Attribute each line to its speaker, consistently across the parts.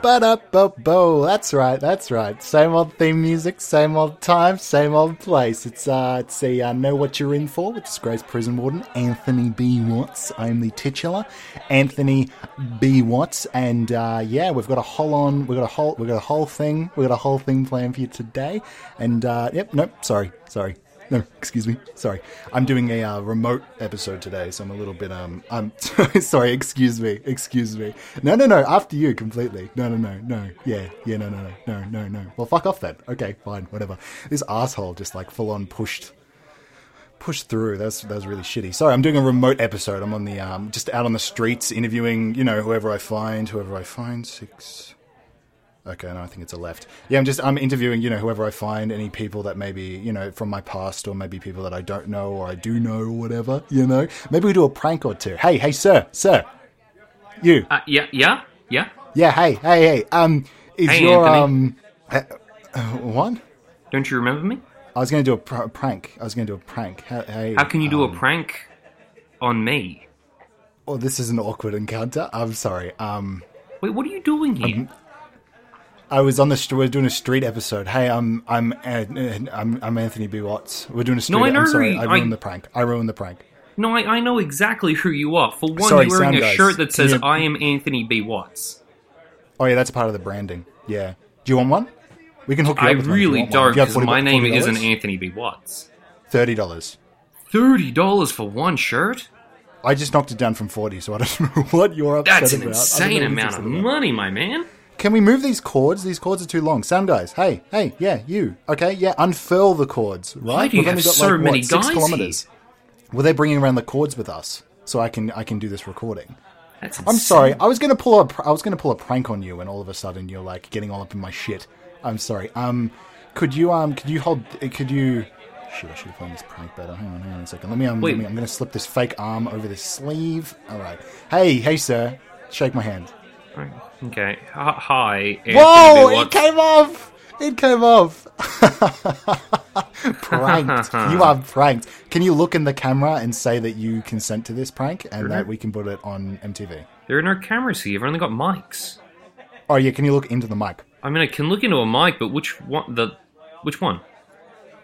Speaker 1: Ba-da-ba-bo. That's right, that's right. Same old theme music, same old time, same old place. It's uh, it's the uh, Know What You're In For with disgraced prison warden Anthony B. Watts. I'm the titular, Anthony B. Watts, and uh, yeah, we've got a whole on, we've got a whole, we've got a whole thing, we've got a whole thing planned for you today. And uh, yep, nope, sorry, sorry. No, excuse me. Sorry, I'm doing a uh, remote episode today, so I'm a little bit um. I'm sorry. Excuse me. Excuse me. No, no, no. After you completely. No, no, no, no. Yeah, yeah. No, no, no, no, no, no. Well, fuck off then. Okay, fine, whatever. This asshole just like full on pushed pushed through. That's that was really shitty. Sorry, I'm doing a remote episode. I'm on the um just out on the streets interviewing you know whoever I find, whoever I find six. Okay, no, I think it's a left. Yeah, I'm just I'm interviewing, you know, whoever I find, any people that maybe, you know, from my past or maybe people that I don't know or I do know or whatever, you know. Maybe we do a prank or two. Hey, hey sir, sir. You.
Speaker 2: Uh, yeah, yeah, yeah.
Speaker 1: Yeah, hey, hey, hey. Um is
Speaker 2: Hey,
Speaker 1: your
Speaker 2: Anthony.
Speaker 1: um uh, uh, what?
Speaker 2: Don't you remember me?
Speaker 1: I was going to do a pr- prank. I was going to do a prank. Hey, hey,
Speaker 2: How can you do
Speaker 1: um,
Speaker 2: a prank on me?
Speaker 1: Oh, this is an awkward encounter. I'm sorry. Um
Speaker 2: Wait, what are you doing here?
Speaker 1: I was on the st- we're doing a street episode. Hey, I'm I'm An- I'm I'm Anthony B Watts. We're doing a street. e,
Speaker 2: I know
Speaker 1: I'm sorry,
Speaker 2: you-
Speaker 1: I
Speaker 2: I-
Speaker 1: ruined the prank. I ruined the prank.
Speaker 2: no, I, I know exactly who you are. For one,
Speaker 1: Sorry,
Speaker 2: you're wearing
Speaker 1: sound
Speaker 2: a
Speaker 1: guys.
Speaker 2: shirt that
Speaker 1: Can
Speaker 2: says
Speaker 1: you-
Speaker 2: "I am Anthony B. Watts."
Speaker 1: Oh yeah, that's part of the branding. Yeah. Do you want one? We can hook you
Speaker 2: I
Speaker 1: up with one if you
Speaker 2: really
Speaker 1: want one.
Speaker 2: don't,
Speaker 1: Do you have
Speaker 2: because
Speaker 1: 40
Speaker 2: my name
Speaker 1: $40?
Speaker 2: isn't Anthony B. Watts.
Speaker 1: Thirty dollars.
Speaker 2: Thirty dollars for one shirt?
Speaker 1: I just knocked it down from forty, so I don't know what you're upset
Speaker 2: That's
Speaker 1: about.
Speaker 2: an
Speaker 1: I don't know
Speaker 2: insane
Speaker 1: what you're
Speaker 2: amount of
Speaker 1: upset about.
Speaker 2: money, my man.
Speaker 1: Can we move these cords? These cords are too long. Sound guys, hey, hey, yeah, you. Okay, yeah, unfurl the cords, right?
Speaker 2: do you have so many
Speaker 1: six
Speaker 2: guys
Speaker 1: kilometers. Well, they're bringing around the cords with us, so I can I can do this recording.
Speaker 2: That's
Speaker 1: I'm
Speaker 2: insane.
Speaker 1: sorry. I was gonna pull a pr- I was gonna pull a prank on you, and all of a sudden you're like getting all up in my shit. I'm sorry. Um, could you um could you hold uh, could you? Shit, I should have planned this prank better. Hang on, hang on a second. Let me um.
Speaker 2: Wait.
Speaker 1: Let me, I'm gonna slip this fake arm over this sleeve. All right. Hey, hey, sir. Shake my hand.
Speaker 2: Okay. H- Hi, Anthony
Speaker 1: Whoa!
Speaker 2: B.
Speaker 1: It
Speaker 2: Watts.
Speaker 1: came off. It came off. pranked. you are pranked. Can you look in the camera and say that you consent to this prank and that we can put it on MTV?
Speaker 2: There are no cameras here. You've only got mics.
Speaker 1: Oh yeah. Can you look into the mic?
Speaker 2: I mean, I can look into a mic, but which one? The which one?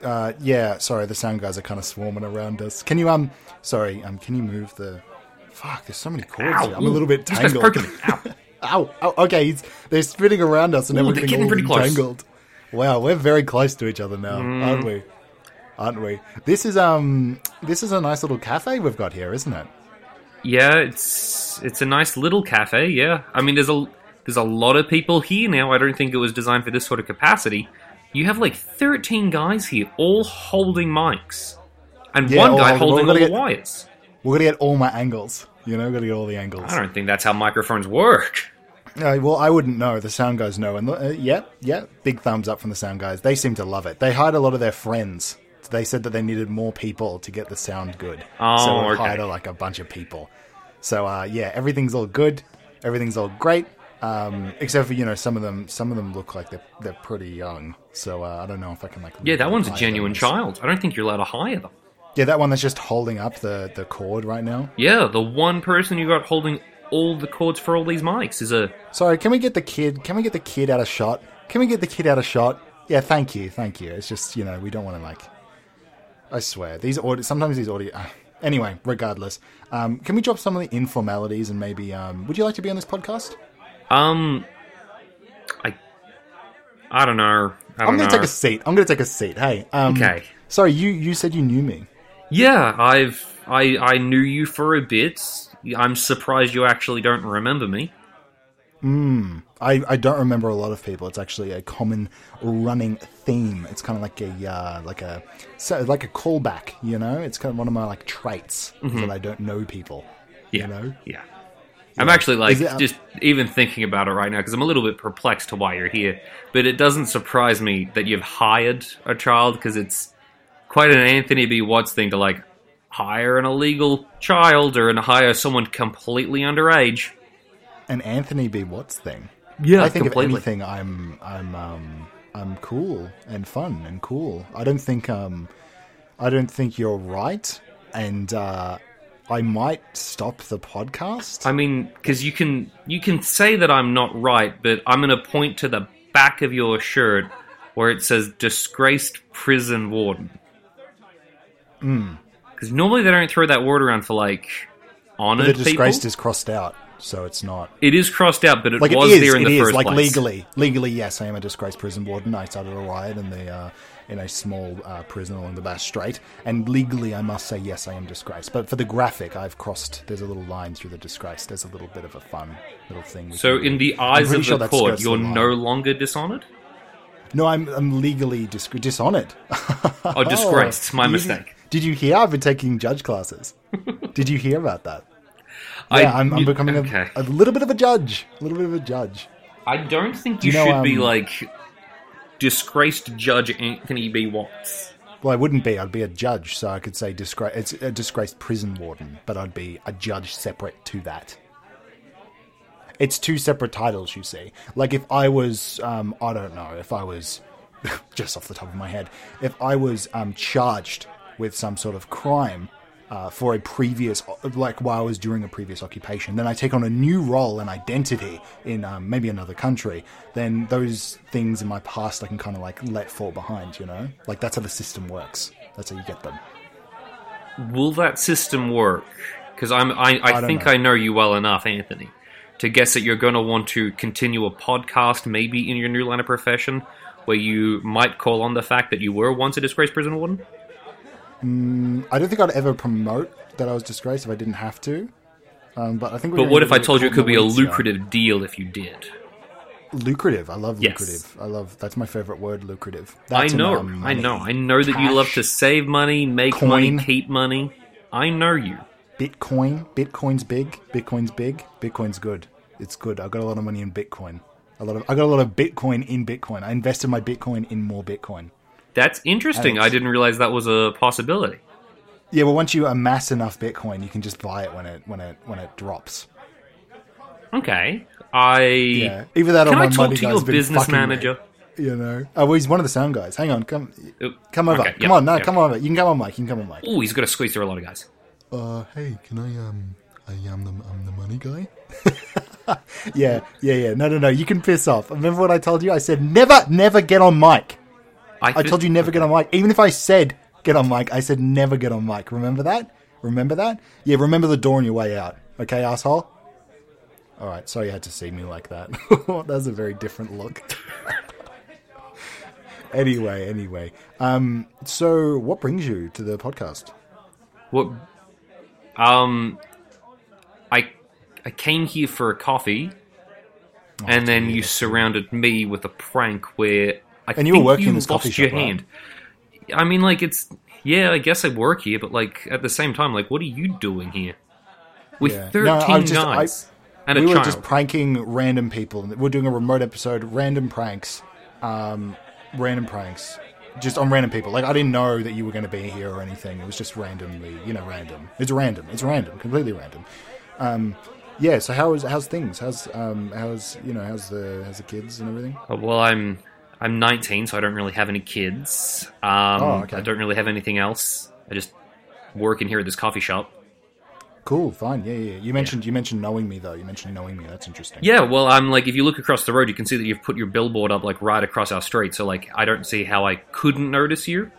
Speaker 1: Uh, yeah, sorry, the sound guys are kind of swarming around us. Can you um, sorry, um, can you move the? Fuck, there's so many cords.
Speaker 2: Ow,
Speaker 1: here. I'm
Speaker 2: ooh,
Speaker 1: a little bit
Speaker 2: this guy's
Speaker 1: tangled.
Speaker 2: poking me. Ow.
Speaker 1: ow, ow, okay, he's, they're spinning around us and
Speaker 2: Ooh, they're
Speaker 1: everything
Speaker 2: getting
Speaker 1: all
Speaker 2: pretty close. Mm.
Speaker 1: tangled. Wow, we're very close to each other now, aren't we? Aren't we? This is um, this is a nice little cafe we've got here, isn't it?
Speaker 2: Yeah, it's it's a nice little cafe. Yeah, I mean, there's a there's a lot of people here now. I don't think it was designed for this sort of capacity. You have like 13 guys here, all holding mics, and
Speaker 1: Yeah,
Speaker 2: one
Speaker 1: all
Speaker 2: guy
Speaker 1: holding-
Speaker 2: holding
Speaker 1: we're
Speaker 2: all
Speaker 1: gonna
Speaker 2: the
Speaker 1: get-
Speaker 2: wires.
Speaker 1: We're gonna get all my angles. You know, we're gonna get all the angles.
Speaker 2: I don't think that's how microphones work.
Speaker 1: Uh, well, I wouldn't know. The sound guys know, and uh, yeah, yeah, big thumbs up from the sound guys. They seem to love it. They hired a lot of their friends. They said that they needed more people to get the sound good.
Speaker 2: Oh,
Speaker 1: so we
Speaker 2: okay.
Speaker 1: hired uh, like a bunch of people. So uh, yeah, everything's all good. Everything's all great. Um, except for you know some of them. Some of them look like they're they're pretty young. So uh, I don't know if I can like.
Speaker 2: Yeah, that one's a
Speaker 1: hire
Speaker 2: genuine
Speaker 1: them.
Speaker 2: child. I don't think you're allowed to hire them.
Speaker 1: Yeah, that one that's just holding up the the cord right now.
Speaker 2: Yeah, the one person you got holding all the cords for all these mics is a
Speaker 1: Sorry, can we get the kid? Can we get the kid out of shot? Can we get the kid out of shot? Yeah, thank you, thank you. It's just you know we don't want to like. I swear these audio. Sometimes these audio. anyway, regardless, um, can we drop some of the informalities and maybe um, would you like to be on this podcast?
Speaker 2: um. I I don't know. I don't
Speaker 1: I'm gonna
Speaker 2: know.
Speaker 1: take a seat. I'm gonna take a seat. Hey, um,
Speaker 2: Okay.
Speaker 1: Sorry, you you said you knew me.
Speaker 2: Yeah, I've I I knew you for a bit. I'm surprised you actually don't remember me.
Speaker 1: I, I don't remember a lot of people. It's actually a common running theme. It's kind of like a uh, like a so, like a callback. You know, it's kind of one of my like traits
Speaker 2: Mm-hmm.
Speaker 1: is that I don't know people.
Speaker 2: Yeah,
Speaker 1: You know.
Speaker 2: yeah. I'm actually like
Speaker 1: Is it- uh,
Speaker 2: just even thinking about it right now because I'm a little bit perplexed to why you're here. But it doesn't surprise me that you've hired a child because it's quite an Anthony B. Watts thing to like hire an illegal child or and hire someone completely underage.
Speaker 1: an Anthony B. Watts thing.
Speaker 2: Yeah,
Speaker 1: I think
Speaker 2: completely.
Speaker 1: if anything, I'm I'm um, I'm cool and fun and cool. I don't think um, I don't think you're right, and uh, I might stop the podcast.
Speaker 2: I mean, because you can you can say that I'm not right, but I'm going to point to the back of your shirt where it says "disgraced prison warden."
Speaker 1: Hmm.
Speaker 2: Because normally they don't throw that word around for like
Speaker 1: the
Speaker 2: honored people.
Speaker 1: disgraced is crossed out, so it's not.
Speaker 2: it is crossed out, but it
Speaker 1: Like it
Speaker 2: was
Speaker 1: is,
Speaker 2: there in
Speaker 1: it
Speaker 2: the
Speaker 1: is.
Speaker 2: first
Speaker 1: Like
Speaker 2: place.
Speaker 1: legally, legally, yes, I am a disgraced prison warden. I started a riot in the uh, in a small uh, prison along the Bass Strait, and legally, I must say yes, I am disgraced. But for the graphic, I've crossed. There's a little line through the disgraced. There's a little bit of a fun little thing. we
Speaker 2: So,
Speaker 1: can do.
Speaker 2: in the
Speaker 1: I'm
Speaker 2: eyes
Speaker 1: pretty
Speaker 2: of
Speaker 1: sure
Speaker 2: the
Speaker 1: that
Speaker 2: court,
Speaker 1: skirts the
Speaker 2: you're
Speaker 1: line.
Speaker 2: no longer dishonored.
Speaker 1: No, I'm, I'm legally dis- dishonored.
Speaker 2: Oh, disgraced. My
Speaker 1: Did you-
Speaker 2: mistake.
Speaker 1: Did you hear? I've been taking judge classes. did you hear about that?
Speaker 2: I-
Speaker 1: yeah, I'm, I'm
Speaker 2: you-
Speaker 1: becoming
Speaker 2: okay.
Speaker 1: a, a little bit of a judge. A little bit of a judge.
Speaker 2: I don't think
Speaker 1: Do
Speaker 2: you,
Speaker 1: you know,
Speaker 2: should be
Speaker 1: um,
Speaker 2: like disgraced Judge Anthony B. Watts.
Speaker 1: Well, I wouldn't be. I'd be a judge, so I could say disgrace. It's a disgraced prison warden, but I'd be a judge separate to that. It's two separate titles, you see. Like if I was, um, I don't know, if I was, just off the top of my head, if I was um, charged with some sort of crime uh, for a previous, like while I was during a previous occupation, then I take on a new role and identity in um, maybe another country. Then those things in my past I can kind of like let fall behind, you know. Like that's how the system works. That's how you get them.
Speaker 2: Will that system work? Because I'm, I, I,
Speaker 1: I don't
Speaker 2: think
Speaker 1: know.
Speaker 2: I know you well enough, Anthony, to guess that you're going to want to continue a podcast, maybe in your new line of profession, where you might call on the fact that you were once a disgraced prison warden.
Speaker 1: I don't think I'd ever promote that I was disgraced if I didn't have to. Um, but I think. we're
Speaker 2: But
Speaker 1: gonna
Speaker 2: what
Speaker 1: give
Speaker 2: if I
Speaker 1: it a
Speaker 2: told you it
Speaker 1: couple
Speaker 2: could be a
Speaker 1: more weeks, yeah.
Speaker 2: lucrative deal if you did?
Speaker 1: Lucrative. I love
Speaker 2: Yes.
Speaker 1: lucrative. I love. That's my favorite word. Lucrative.
Speaker 2: I
Speaker 1: That's
Speaker 2: know,
Speaker 1: amount of
Speaker 2: I
Speaker 1: money.
Speaker 2: know, I know that you love
Speaker 1: Cash.
Speaker 2: to save money, make
Speaker 1: Coin.
Speaker 2: money, keep money. I know you.
Speaker 1: Bitcoin. Bitcoin's big. Bitcoin's big. Bitcoin's good. It's good. I got a lot of money in Bitcoin. A lot of. I got a lot of Bitcoin in Bitcoin. I invested my Bitcoin in more Bitcoin.
Speaker 2: That's interesting.
Speaker 1: Alex.
Speaker 2: I didn't realize that was a possibility.
Speaker 1: Yeah, well, once you amass enough Bitcoin, you can just buy it when it when it when it drops.
Speaker 2: Okay. I
Speaker 1: Yeah. Either that or
Speaker 2: can
Speaker 1: my
Speaker 2: I talk
Speaker 1: money
Speaker 2: to
Speaker 1: guy's
Speaker 2: your
Speaker 1: been
Speaker 2: business
Speaker 1: fucking me.
Speaker 2: manager?
Speaker 1: You know. Oh, well, he's one of the sound guys. Hang on. Come.
Speaker 2: Oop.
Speaker 1: Come over.
Speaker 2: Okay,
Speaker 1: come
Speaker 2: yeah,
Speaker 1: on. No,
Speaker 2: yeah.
Speaker 1: come over. You can come on, Mike. You can come on, Mike.
Speaker 2: Ooh, he's got to squeeze through a lot of guys.
Speaker 1: Uh, hey, can I, um, I am the, I'm the money guy? yeah, yeah, yeah. No, no, no. You can piss off. Remember what I told you? I said, never, never get on mic. I
Speaker 2: thi-
Speaker 1: told you never get on mic. Even if I said get on mic, I said never get on mic. Remember that? Remember that? Yeah, remember the door on your way out. Okay, asshole? All right, sorry you had to see me like that. that was a very different look. anyway, anyway. Um, so what brings you to the podcast?
Speaker 2: What? Um, I I came here for a coffee,
Speaker 1: Oh,
Speaker 2: and then you surrounded me with a prank where I
Speaker 1: And you were
Speaker 2: think
Speaker 1: working
Speaker 2: you
Speaker 1: in this
Speaker 2: lost
Speaker 1: coffee
Speaker 2: your
Speaker 1: shop, right?
Speaker 2: hand. I mean, like it's yeah. I guess I work here, but like at the same time, like what are you doing here with
Speaker 1: Yeah. No, I
Speaker 2: thirteen
Speaker 1: was just- I-
Speaker 2: guys and a
Speaker 1: we were
Speaker 2: child?
Speaker 1: just pranking random people. We're doing a remote episode, random pranks, um, random pranks, just on random people. Like I didn't know that you were going to be here or anything. It was just randomly, you know, random. It's random. It's random. Completely random. Um, yeah. So how is how's things? How's um, how's you know how's the how's the kids and everything?
Speaker 2: Uh, Well, I'm I'm 19, so I don't really have any kids. Um,
Speaker 1: Oh, okay.
Speaker 2: I don't really have anything else. I just work in here at this coffee shop.
Speaker 1: Cool. Fine. Yeah. Yeah. yeah. You mentioned you mentioned knowing me though. You mentioned knowing me. That's interesting.
Speaker 2: Yeah, well, I'm like, if you look across the road, you can see that you've put your billboard up like right across our street. So like, I don't see how I couldn't notice you.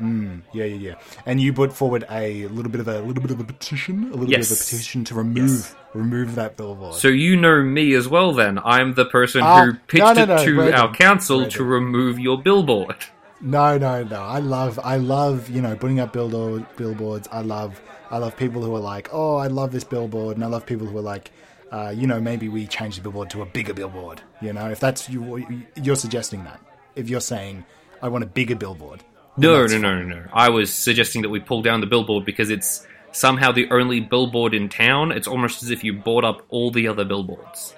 Speaker 1: Yeah, yeah, yeah. And you put forward a little bit of a little bit of a petition, a little
Speaker 2: Yes.
Speaker 1: bit of a petition to remove
Speaker 2: Yes.
Speaker 1: remove that billboard.
Speaker 2: So you know me as well. Then I'm the person
Speaker 1: Ah,
Speaker 2: who
Speaker 1: no,
Speaker 2: pitched
Speaker 1: no, no,
Speaker 2: it to
Speaker 1: we're
Speaker 2: our
Speaker 1: done.
Speaker 2: council
Speaker 1: We're
Speaker 2: to
Speaker 1: done.
Speaker 2: remove your billboard.
Speaker 1: No, no, no. I love, I love, you know, putting up billboard, billboards. I love, I love people who are like, oh, I love this billboard, and I love people who are like, uh, you know, maybe we change the billboard to a bigger billboard. You know, if that's you, you're suggesting that. If you're saying, I want a bigger billboard.
Speaker 2: No, no, no, no, no. I was suggesting that we pull down the billboard because it's somehow the only billboard in town. It's almost as if you bought up all the other billboards.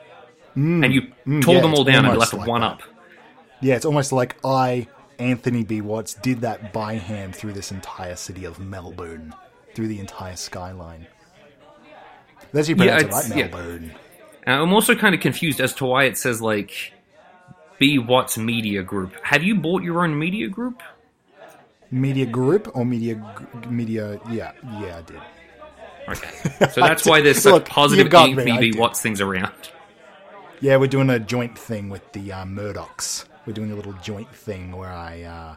Speaker 2: and you tore
Speaker 1: Mm, yeah,
Speaker 2: them all
Speaker 1: it's
Speaker 2: down and
Speaker 1: almost
Speaker 2: left
Speaker 1: like
Speaker 2: one
Speaker 1: that.
Speaker 2: up.
Speaker 1: Yeah, it's almost like I, Anthony B. Watts, did that by hand through this entire city of Melbourne, through the entire skyline. That's you pronounce it
Speaker 2: it's-
Speaker 1: right,
Speaker 2: yeah.
Speaker 1: Melbourne.
Speaker 2: And Uh, I'm also kind of confused as to why it says, like, B. Watts Media Group. Have you bought your own media group?
Speaker 1: Media Group or Media G- Media? Yeah, yeah, I did.
Speaker 2: Okay. So that's why there's such
Speaker 1: Look, you
Speaker 2: positive
Speaker 1: got
Speaker 2: ink
Speaker 1: me, I
Speaker 2: me
Speaker 1: did.
Speaker 2: what's things around.
Speaker 1: Yeah, we're doing a joint thing with the uh, Murdochs. We're doing a little joint thing where I, uh,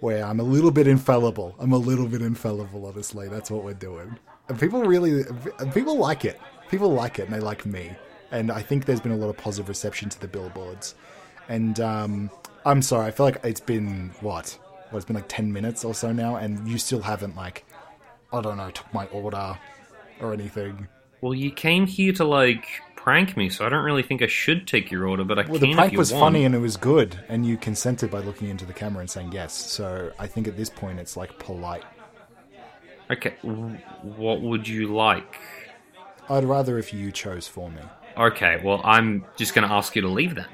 Speaker 1: where I'm a little bit infallible. I'm a little bit infallible, honestly. That's what we're doing. And people really, and people like it. People like it, and they like me. And I think there's been a lot of positive reception to the billboards. And um, I'm sorry, I feel like it's been what? Well, it's been like ten minutes or so now, and you still haven't like, I don't know, took my order or anything.
Speaker 2: Well, you came here to like prank me, so I don't really think I should take your order, but I
Speaker 1: Well,
Speaker 2: can
Speaker 1: the prank
Speaker 2: if you
Speaker 1: was
Speaker 2: want.
Speaker 1: funny and it was good, and you consented by looking into the camera and saying yes. So I think at this point it's like polite.
Speaker 2: Okay, w- what would you like?
Speaker 1: I'd rather if you chose for me.
Speaker 2: Okay, well, I'm just going to ask you to leave then.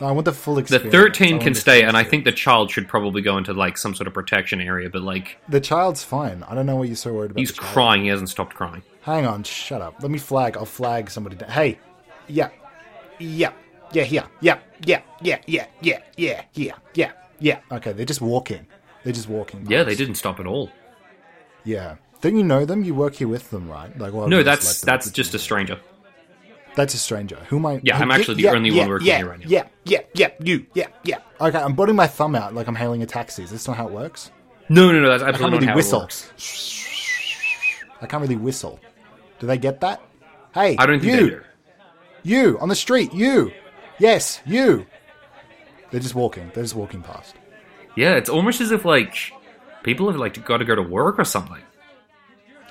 Speaker 1: No, I want the full
Speaker 2: The
Speaker 1: experience. I
Speaker 2: 13
Speaker 1: want
Speaker 2: can
Speaker 1: the
Speaker 2: stay,
Speaker 1: full
Speaker 2: and I
Speaker 1: experience.
Speaker 2: think the child should probably go into like some sort of protection area, but like
Speaker 1: the child's fine. I don't know why you're so worried about.
Speaker 2: he's
Speaker 1: the child.
Speaker 2: crying, he hasn't stopped crying.
Speaker 1: Hang on, shut up. Let me flag. I'll flag somebody. Down. Hey, yeah, yeah, yeah, yeah, yeah, yeah, yeah, yeah, yeah, yeah, yeah, yeah, yeah. Okay, they're just walking. They're just walking.
Speaker 2: Yeah, they didn't stop at all.
Speaker 1: Yeah. Don't you know them? You work here with them, right? Like, well,
Speaker 2: No,
Speaker 1: you just
Speaker 2: that's
Speaker 1: let them-
Speaker 2: that's just a stranger.
Speaker 1: That's a stranger. Who am I?
Speaker 2: Yeah,
Speaker 1: who-
Speaker 2: I'm actually the only one working here right now.
Speaker 1: Yeah, yeah, yeah, you, yeah, yeah. Okay, I'm putting my thumb out like I'm hailing a taxi. Is this not how it works?
Speaker 2: No, no, no, that's
Speaker 1: I can't
Speaker 2: absolutely
Speaker 1: really
Speaker 2: not
Speaker 1: whistle.
Speaker 2: how it works.
Speaker 1: I can't really whistle. Do they get that? Hey,
Speaker 2: I don't think
Speaker 1: you,
Speaker 2: they do.
Speaker 1: you on the street, you. Yes, you. They're just walking. They're just walking past.
Speaker 2: Yeah, it's almost as if like people have like got to go to work or something.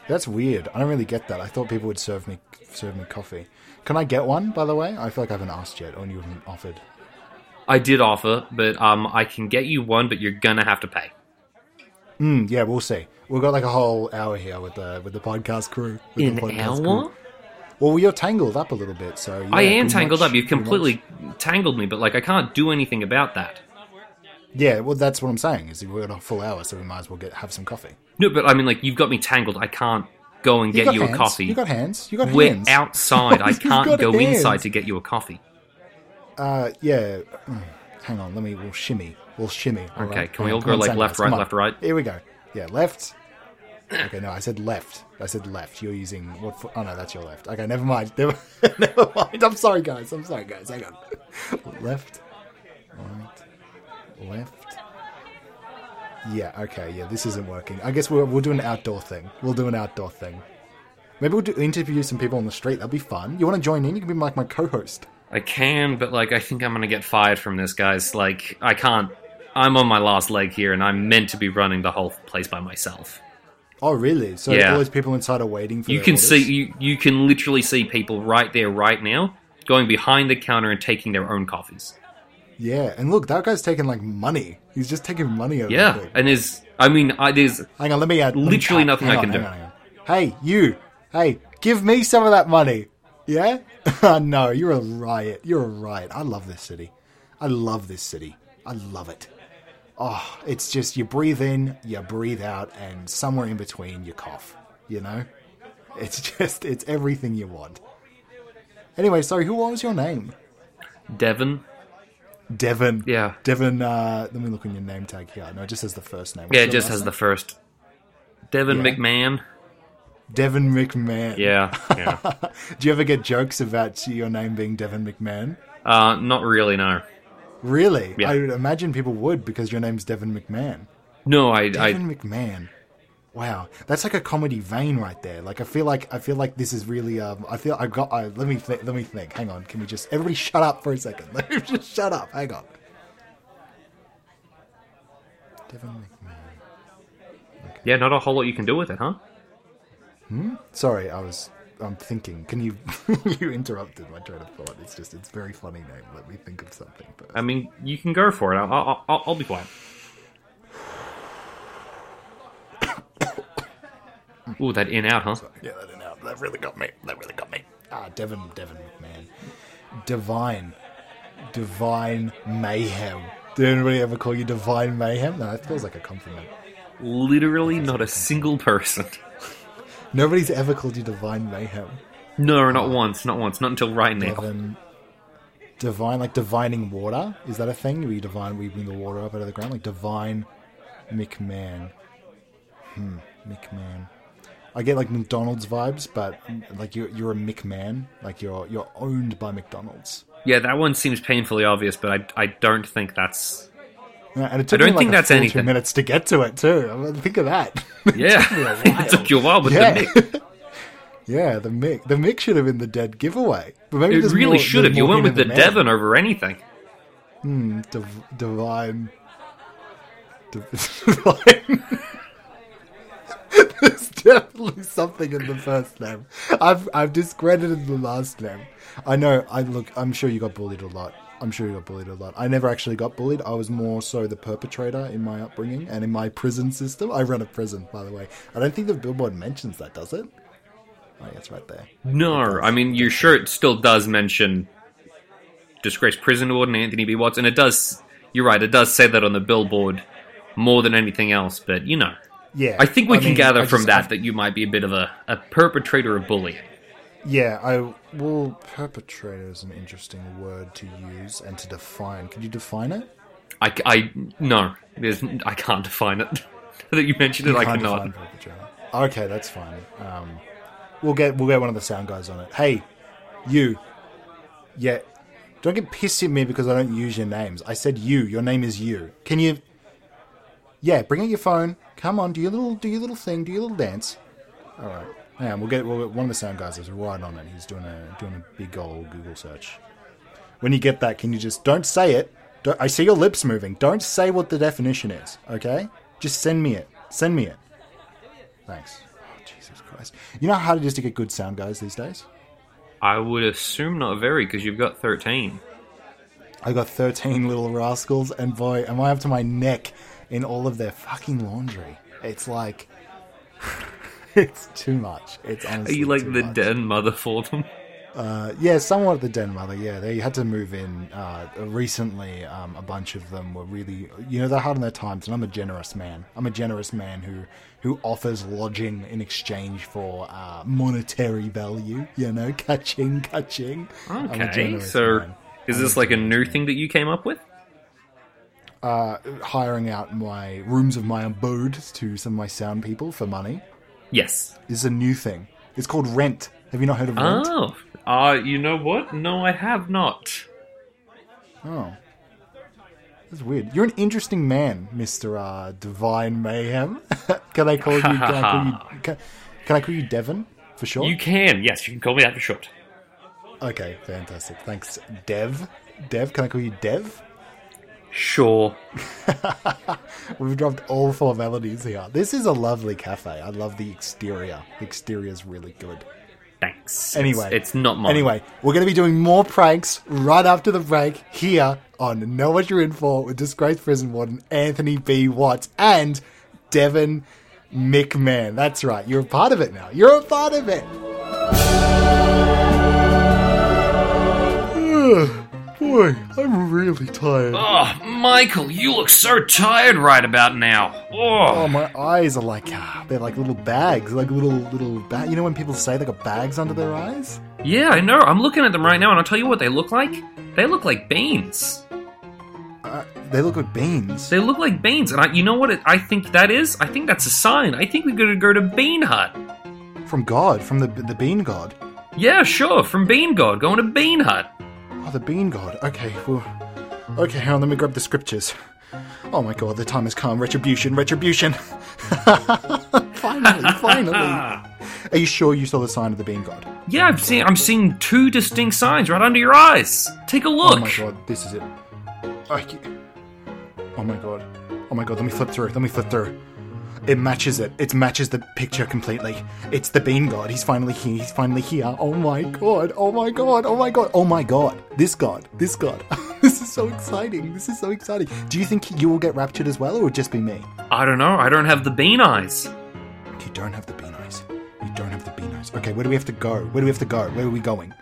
Speaker 1: That's weird. I don't really get that. I thought people would serve me serve me coffee. Can I get one, by the way? I feel like I haven't asked yet, or you haven't offered.
Speaker 2: I did offer, but um, I can get you one, but you're gonna have to pay.
Speaker 1: Mm, yeah, we'll see. We've got like a whole hour here with the with the podcast crew. With the
Speaker 2: An
Speaker 1: podcast
Speaker 2: hour?
Speaker 1: crew. Well, you're tangled up a little bit, so yeah,
Speaker 2: I am
Speaker 1: pretty
Speaker 2: tangled
Speaker 1: much-
Speaker 2: up. You've
Speaker 1: pretty much-
Speaker 2: completely tangled me, but like I can't do anything about that.
Speaker 1: Yeah, well, that's what I'm saying. Is we've got a full hour, so we might as well get have some coffee.
Speaker 2: No, but I mean, like you've got me tangled. I can't go and get
Speaker 1: got
Speaker 2: you
Speaker 1: hands.
Speaker 2: a coffee.
Speaker 1: You got hands. You got
Speaker 2: We're
Speaker 1: hands.
Speaker 2: outside. I
Speaker 1: You've
Speaker 2: can't
Speaker 1: got
Speaker 2: go
Speaker 1: hands.
Speaker 2: inside to get you a coffee.
Speaker 1: Uh, yeah. Mm, Hang on. Let me. We'll shimmy. We'll shimmy. all
Speaker 2: Okay,
Speaker 1: right? Hang
Speaker 2: can we
Speaker 1: on,
Speaker 2: all
Speaker 1: come
Speaker 2: go,
Speaker 1: on,
Speaker 2: like,
Speaker 1: same
Speaker 2: left,
Speaker 1: place,
Speaker 2: right,
Speaker 1: come on.
Speaker 2: left, right?
Speaker 1: Here we go. Yeah, left. Okay, no, I said left. I said left. You're using what? Fo- oh no, that's your left. Okay, never mind. Never, never mind. I'm sorry, guys. I'm sorry, guys. Hang on. left, right, left. Yeah. Okay. Yeah, this isn't working. I guess we'll we'll do an outdoor thing. We'll do an outdoor thing. Maybe we'll do, interview some people on the street. That'd be fun. You want to join in? You can be like my co-host.
Speaker 2: I can, but like I think I'm gonna get fired from this, guys. Like I can't. I'm on my last leg here, and I'm meant to be running the whole place by myself.
Speaker 1: Oh, really? So
Speaker 2: Yeah.
Speaker 1: all those people inside are waiting for
Speaker 2: You
Speaker 1: their
Speaker 2: can
Speaker 1: orders?
Speaker 2: see you, you can literally see people right there right now going behind the counter and taking their own coffees.
Speaker 1: Yeah, and look, that guy's taking like money. He's just taking money over.
Speaker 2: Yeah,
Speaker 1: there.
Speaker 2: and there's I mean I, there's
Speaker 1: Hang on, let me add. let me
Speaker 2: Literally
Speaker 1: add-
Speaker 2: nothing
Speaker 1: hang
Speaker 2: I
Speaker 1: on,
Speaker 2: can
Speaker 1: hang
Speaker 2: do.
Speaker 1: on, hang on. Hey, you. Hey, give me some of that money. Yeah? no, you're a riot. You're a riot. I love this city. I love this city. I love it. Oh, it's just you breathe in, you breathe out, and somewhere in between you cough. You know? It's just, it's everything you want. Anyway, sorry, who what was your name?
Speaker 2: Devon.
Speaker 1: Devon.
Speaker 2: Yeah.
Speaker 1: Devon, uh, let me look on your name tag here. No, it just has the first name.
Speaker 2: Yeah, it just has the first. Devon
Speaker 1: Yeah.
Speaker 2: McMahon.
Speaker 1: Devon McMahon.
Speaker 2: Yeah, yeah.
Speaker 1: Do you ever get jokes about your name being Devon McMahon?
Speaker 2: uh, not really. No,
Speaker 1: Really?
Speaker 2: Yeah.
Speaker 1: I would imagine people would because your name's Devon McMahon.
Speaker 2: no. I, I
Speaker 1: Devon McMahon. Wow, that's like a comedy vein right there. Like I feel like I feel like this is really. Um, I feel I got. I, let me th- let me think. Hang on. Can we just everybody shut up for a second? Let me just shut up. Hang on. Devon McMahon.
Speaker 2: yeah, not a whole lot you can do with it, huh?
Speaker 1: Sorry, I was. I'm thinking. Can you? you interrupted my train of thought. It's just. It's very funny name. Let me think of something. But
Speaker 2: I mean, you can go for it. I'll, I'll, I'll, I'll be quiet. Ooh, that in out, huh?
Speaker 1: Yeah, that didn't help. That really got me. That really got me. Ah, Devin, Devin McMahon. Divine. Divine Mayhem. Did anybody ever call you Divine Mayhem? No, that feels like a compliment.
Speaker 2: Literally not a single person.
Speaker 1: Nobody's ever called you Divine Mayhem.
Speaker 2: No, not once, not once, not until right now.
Speaker 1: Devin. Divine, like divining water? Is that a thing? We divine, we bring the water up out of the ground? Like divine McMahon. Hmm, McMahon. I get like McDonald's vibes, but like you're you're a McMahon, like you're you're owned by McDonald's.
Speaker 2: Yeah, that one seems painfully obvious, but I, I don't think that's.
Speaker 1: Yeah, And it took
Speaker 2: don't
Speaker 1: me like
Speaker 2: think
Speaker 1: a
Speaker 2: that's
Speaker 1: 42
Speaker 2: anything.
Speaker 1: minutes to get to it too. I mean, think of that.
Speaker 2: Yeah, it took you a while, but the Mick.
Speaker 1: yeah, the Mick. The Mick should have been the dead giveaway. But maybe
Speaker 2: It
Speaker 1: there's
Speaker 2: really
Speaker 1: more-
Speaker 2: should
Speaker 1: there's
Speaker 2: have. You
Speaker 1: more
Speaker 2: went with
Speaker 1: hidden
Speaker 2: the
Speaker 1: in there.
Speaker 2: Devon over anything.
Speaker 1: Div- divine. Div- divine. There's definitely something in the first name. I've I've discredited the last name. I know. I look. I'm sure you got bullied a lot. I'm sure you got bullied a lot. I never actually got bullied. I was more so the perpetrator in my upbringing and in my prison system. I run a prison, by the way. I don't think the billboard mentions that, does it? Oh, yeah, it's right there.
Speaker 2: No, I mean your shirt still does mention disgraced prison warden Anthony B. Watts, and it does. You're right. It does say that on the billboard more than anything else. But you know,
Speaker 1: Yeah.
Speaker 2: I think we can
Speaker 1: mean,
Speaker 2: gather
Speaker 1: I
Speaker 2: from
Speaker 1: just-
Speaker 2: that that you might be a bit of a, a perpetrator of bullying.
Speaker 1: Yeah, I well, perpetrator is an interesting word to use and to define. Could you define it?
Speaker 2: I, c- I- no, there's I can't define it. Now that you mentioned it, I
Speaker 1: Can't
Speaker 2: cannot.
Speaker 1: define perpetrator. Okay, that's fine. Um, we'll get we'll get one of the sound guys on it. Hey, you. Yeah, don't get pissed at me because I don't use your names. I said you. Your name is you. Can you? Yeah, bring out your phone. Come on, do your little do your little thing. Do your little dance. All right. Yeah, we'll get we'll, one of the sound guys is right on it. He's doing a doing a big old Google search. When you get that, can you just don't say it? Don't, I see your lips moving. Don't say what the definition is. Okay, just send me it. Send me it. Thanks. Oh, Jesus Christ. You know how hard it is to get good sound guys these days?
Speaker 2: I would assume not very because you've got thirteen.
Speaker 1: I got 13 little rascals, and boy, am I up to my neck in all of their fucking laundry. It's like. it's too much. It's
Speaker 2: Are
Speaker 1: honestly.
Speaker 2: you like
Speaker 1: too
Speaker 2: the
Speaker 1: much.
Speaker 2: den mother for them?
Speaker 1: Uh, yeah, somewhat at the den mother. Yeah, they had to move in uh, recently. Um, a bunch of them were really, you know, they're hard on their times. And I'm a generous man. I'm a generous man who who offers lodging in exchange for uh, monetary value. You know, catching, catching.
Speaker 2: Okay, so is this like a new thing that you came up with?
Speaker 1: hiring out my rooms of my abode to some of my sound people for money
Speaker 2: Yes.
Speaker 1: is a new thing. It's called rent. Have you not heard of rent?
Speaker 2: Oh, uh, you know what? No, I have not.
Speaker 1: Oh. That's weird. You're an interesting man, Mr. Uh, Divine Mayhem. can I call you can I call you can, can I call you Devon for sure?
Speaker 2: You can, yes, you can call me that for short.
Speaker 1: okay, fantastic. Thanks, Dev. Dev, can I call you Dev?
Speaker 2: Sure.
Speaker 1: We've dropped all formalities here. This is a lovely cafe. I love the exterior. The exterior's really good.
Speaker 2: Thanks.
Speaker 1: Anyway,
Speaker 2: It's, it's not mine.
Speaker 1: Anyway, we're going to be doing more pranks right after the break here on Know What You're In For with disgraced prison warden Anthony B. Watts and Devin McMahon. That's right, you're a part of it now. You're a part of it. Boy, I'm really tired.
Speaker 2: Oh, Michael, you look so tired right about now.
Speaker 1: Oh,
Speaker 2: Oh,
Speaker 1: my eyes are like ah, they're like little bags, like little little bag. You know when people say they got bags under their eyes?
Speaker 2: yeah, I know. I'm looking at them right now, and I'll tell you what they look like. They look like beans.
Speaker 1: Uh, they look like beans.
Speaker 2: They look like beans, and I, you know what? It, I think that is. I think that's a sign. I think we're gonna go to Bean Hut.
Speaker 1: From God, from the the bean god.
Speaker 2: Yeah, sure. From Bean God, going to Bean Hut.
Speaker 1: Oh, the bean god. Okay, well. Okay, hang on, let me grab the scriptures. Oh my god, the time has come. Retribution, retribution. finally, finally. Are
Speaker 2: Ah.
Speaker 1: you sure you saw the sign of the bean god?
Speaker 2: Yeah, I'm seeing. I'm seeing two distinct signs right under your eyes. Take a look.
Speaker 1: Oh my god, this is it. I ca- Oh my god. Oh my god, let me flip through. Let me flip through. It matches it. It matches the picture completely. It's the bean god. He's finally here. He's finally here. Oh my god. Oh my god. Oh my god. Oh my god. This god. This god. this is so exciting. This is so exciting. Do you think you will get raptured as well, or would it just be me?
Speaker 2: I don't know. I don't have the bean eyes.
Speaker 1: You don't have the bean eyes. You don't have the bean eyes. Okay, where do we have to go? Where do we have to go? Where are we going?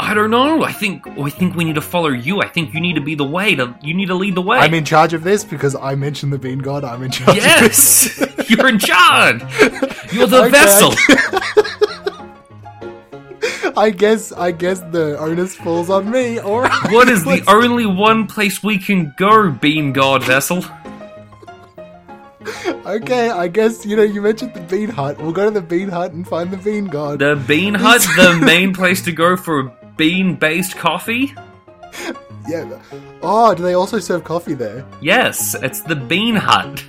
Speaker 2: I don't know. I think. I think we need to follow you. I think you need to be the way. To, you need to lead the way.
Speaker 1: I'm in charge of this because I mentioned the bean god. I'm in charge of this.
Speaker 2: yes, you're in charge. You're the
Speaker 1: Okay.
Speaker 2: vessel.
Speaker 1: I guess I guess the onus falls on me. All right.
Speaker 2: What is the only one place we can go, Bean God vessel?
Speaker 1: Okay, I guess, you know, you mentioned the bean hut. We'll go to the bean hut and find the bean god.
Speaker 2: The Bean Hut, the main place to go for bean based coffee?
Speaker 1: Yeah. Oh, do they also serve coffee there?
Speaker 2: Yes, it's the Bean Hut.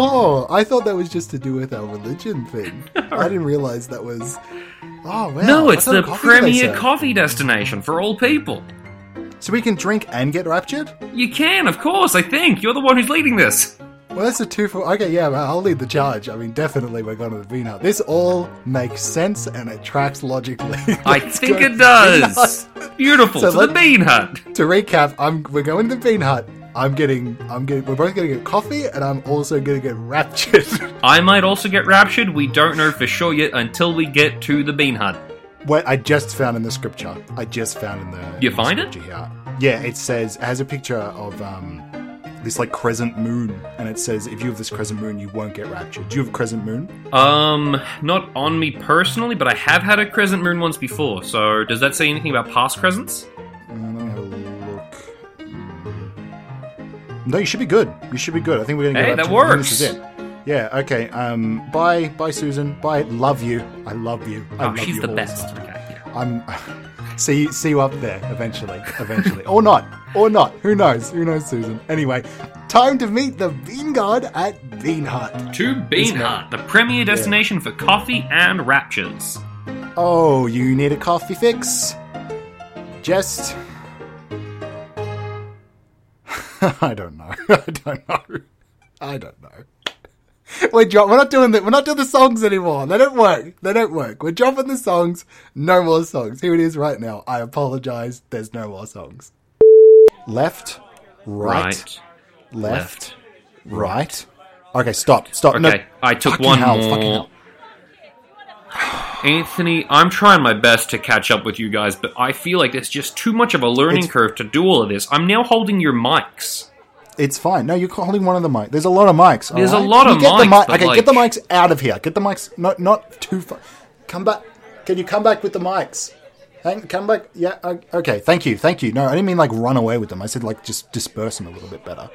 Speaker 1: Oh, I thought that was just to do with our religion thing. I didn't realize that was. Oh, wow.
Speaker 2: No,
Speaker 1: I
Speaker 2: it's
Speaker 1: thought
Speaker 2: the
Speaker 1: coffee they
Speaker 2: premier
Speaker 1: serve.
Speaker 2: coffee destination for all people.
Speaker 1: So we can drink and get raptured?
Speaker 2: You can, of course, I think. You're the one who's leading this.
Speaker 1: Well, that's a two for. Okay, yeah, well, I'll lead the charge. I mean, definitely we're going to the bean hut. This all makes sense and it tracks logically.
Speaker 2: I
Speaker 1: Let's
Speaker 2: think
Speaker 1: go
Speaker 2: it
Speaker 1: to the Bean Hut.
Speaker 2: does. Beautiful.
Speaker 1: So
Speaker 2: to
Speaker 1: let-
Speaker 2: the Bean Hut.
Speaker 1: To recap, I'm we're going to the bean hut. I'm getting, I'm getting, we're both going to get coffee, and I'm also going to get raptured.
Speaker 2: I might also get raptured. We don't know for sure yet until we get to the Bean Hut.
Speaker 1: Wait, I just found in the scripture. I just found in the.
Speaker 2: You
Speaker 1: in the
Speaker 2: find it?
Speaker 1: scripture Here. Yeah, it says it has a picture of um, this like crescent moon, and it says if you have this crescent moon, you won't get raptured. Do you have a crescent moon?
Speaker 2: Um, not on me personally, but I have had a crescent moon once before. So, does that say anything about past crescents?
Speaker 1: Mm, let me have a look. Mm. No, you should be good. You should be good. I think we're gonna
Speaker 2: Hey,
Speaker 1: get
Speaker 2: that
Speaker 1: raptured. I think This
Speaker 2: works.
Speaker 1: is it. Yeah. Okay. Um. Bye. Bye, Susan. Bye. Love you. I love you. I
Speaker 2: Oh,
Speaker 1: love
Speaker 2: she's
Speaker 1: you
Speaker 2: the
Speaker 1: all
Speaker 2: best.
Speaker 1: time.
Speaker 2: Okay, yeah.
Speaker 1: I'm see see you up there eventually, eventually, or not, or not. Who knows? Who knows, Susan? Anyway, time to meet the Bean God at Bean Hut.
Speaker 2: To Bean
Speaker 1: man-
Speaker 2: Hut, the premier destination for coffee and raptures.
Speaker 1: Oh, you need a coffee fix? Just. I don't know. I don't know. I don't know. We're, dro- we're not doing the we're not doing the songs anymore. They don't work. They don't work. We're dropping the songs. No more songs. Here it is right now. I apologize. There's no more songs. Left, right,
Speaker 2: Right.
Speaker 1: left, right. Okay, stop. Stop.
Speaker 2: Okay,
Speaker 1: No.
Speaker 2: I took
Speaker 1: Fucking
Speaker 2: one
Speaker 1: hell,
Speaker 2: more.
Speaker 1: fucking hell.
Speaker 2: Anthony, I'm trying my best to catch up with you guys, but I feel like it's just too much of a learning
Speaker 1: It's-
Speaker 2: curve to do all of this. I'm now holding your mics.
Speaker 1: It's fine. No, you're holding one of the mic. There's a lot of mics.
Speaker 2: There's a
Speaker 1: alright?
Speaker 2: lot
Speaker 1: You
Speaker 2: of
Speaker 1: get The
Speaker 2: mics,
Speaker 1: mic.
Speaker 2: but,
Speaker 1: Okay,
Speaker 2: like-
Speaker 1: get the mics out of here. Get the mics. Not not too far. Come back. Can you come back with the mics? Hang, come back. Yeah. o- Okay. Thank you. Thank you. No, I didn't mean like run away with them. I said like just disperse them a little bit better.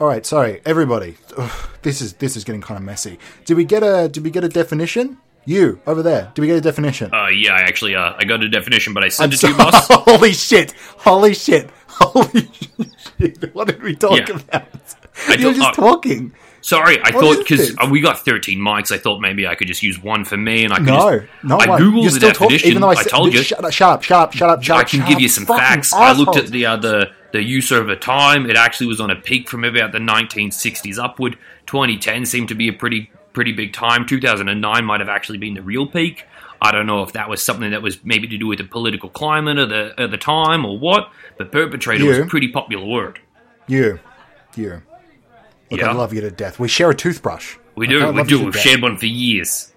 Speaker 1: All right. Sorry, everybody. Ugh, this is this is getting kind of messy. Did we get a Did we get a definition? You over there. Did we get a definition?
Speaker 2: Uh, yeah, I actually, uh, I got a definition, but I sent it to you, boss.
Speaker 1: Holy shit! Holy shit! Holy shit! What did we talk
Speaker 2: Yeah.
Speaker 1: about?
Speaker 2: I
Speaker 1: You're
Speaker 2: don't-
Speaker 1: just
Speaker 2: uh,
Speaker 1: talking.
Speaker 2: Sorry,
Speaker 1: What
Speaker 2: I thought
Speaker 1: is
Speaker 2: because
Speaker 1: this?
Speaker 2: we got 13 mics, I thought maybe I could just use one for me, and I could
Speaker 1: No,
Speaker 2: just.
Speaker 1: no.
Speaker 2: I
Speaker 1: one.
Speaker 2: googled
Speaker 1: You're
Speaker 2: the
Speaker 1: still talking,
Speaker 2: definition.
Speaker 1: even though
Speaker 2: I,
Speaker 1: I, said-
Speaker 2: told you.
Speaker 1: Shut up! Shut up! Shut up! Shut up! Shut
Speaker 2: I
Speaker 1: up!
Speaker 2: can
Speaker 1: shut
Speaker 2: give
Speaker 1: up,
Speaker 2: you some
Speaker 1: fucking
Speaker 2: facts. I looked at
Speaker 1: assholes.
Speaker 2: the uh, the the use over time. It actually was on a peak from about the 1960s upward. 2010 seemed to be a pretty pretty big time. 2009 might have actually been the real peak. I don't know if that was something that was maybe to do with the political climate of the of the time or what. But perpetrator was
Speaker 1: Yeah.
Speaker 2: a pretty popular word.
Speaker 1: you. You. Look,
Speaker 2: Yeah.
Speaker 1: I love you to death. We share a toothbrush.
Speaker 2: We
Speaker 1: Like, I
Speaker 2: do,
Speaker 1: love
Speaker 2: we
Speaker 1: you
Speaker 2: do.
Speaker 1: to
Speaker 2: We've
Speaker 1: death.
Speaker 2: shared one for years.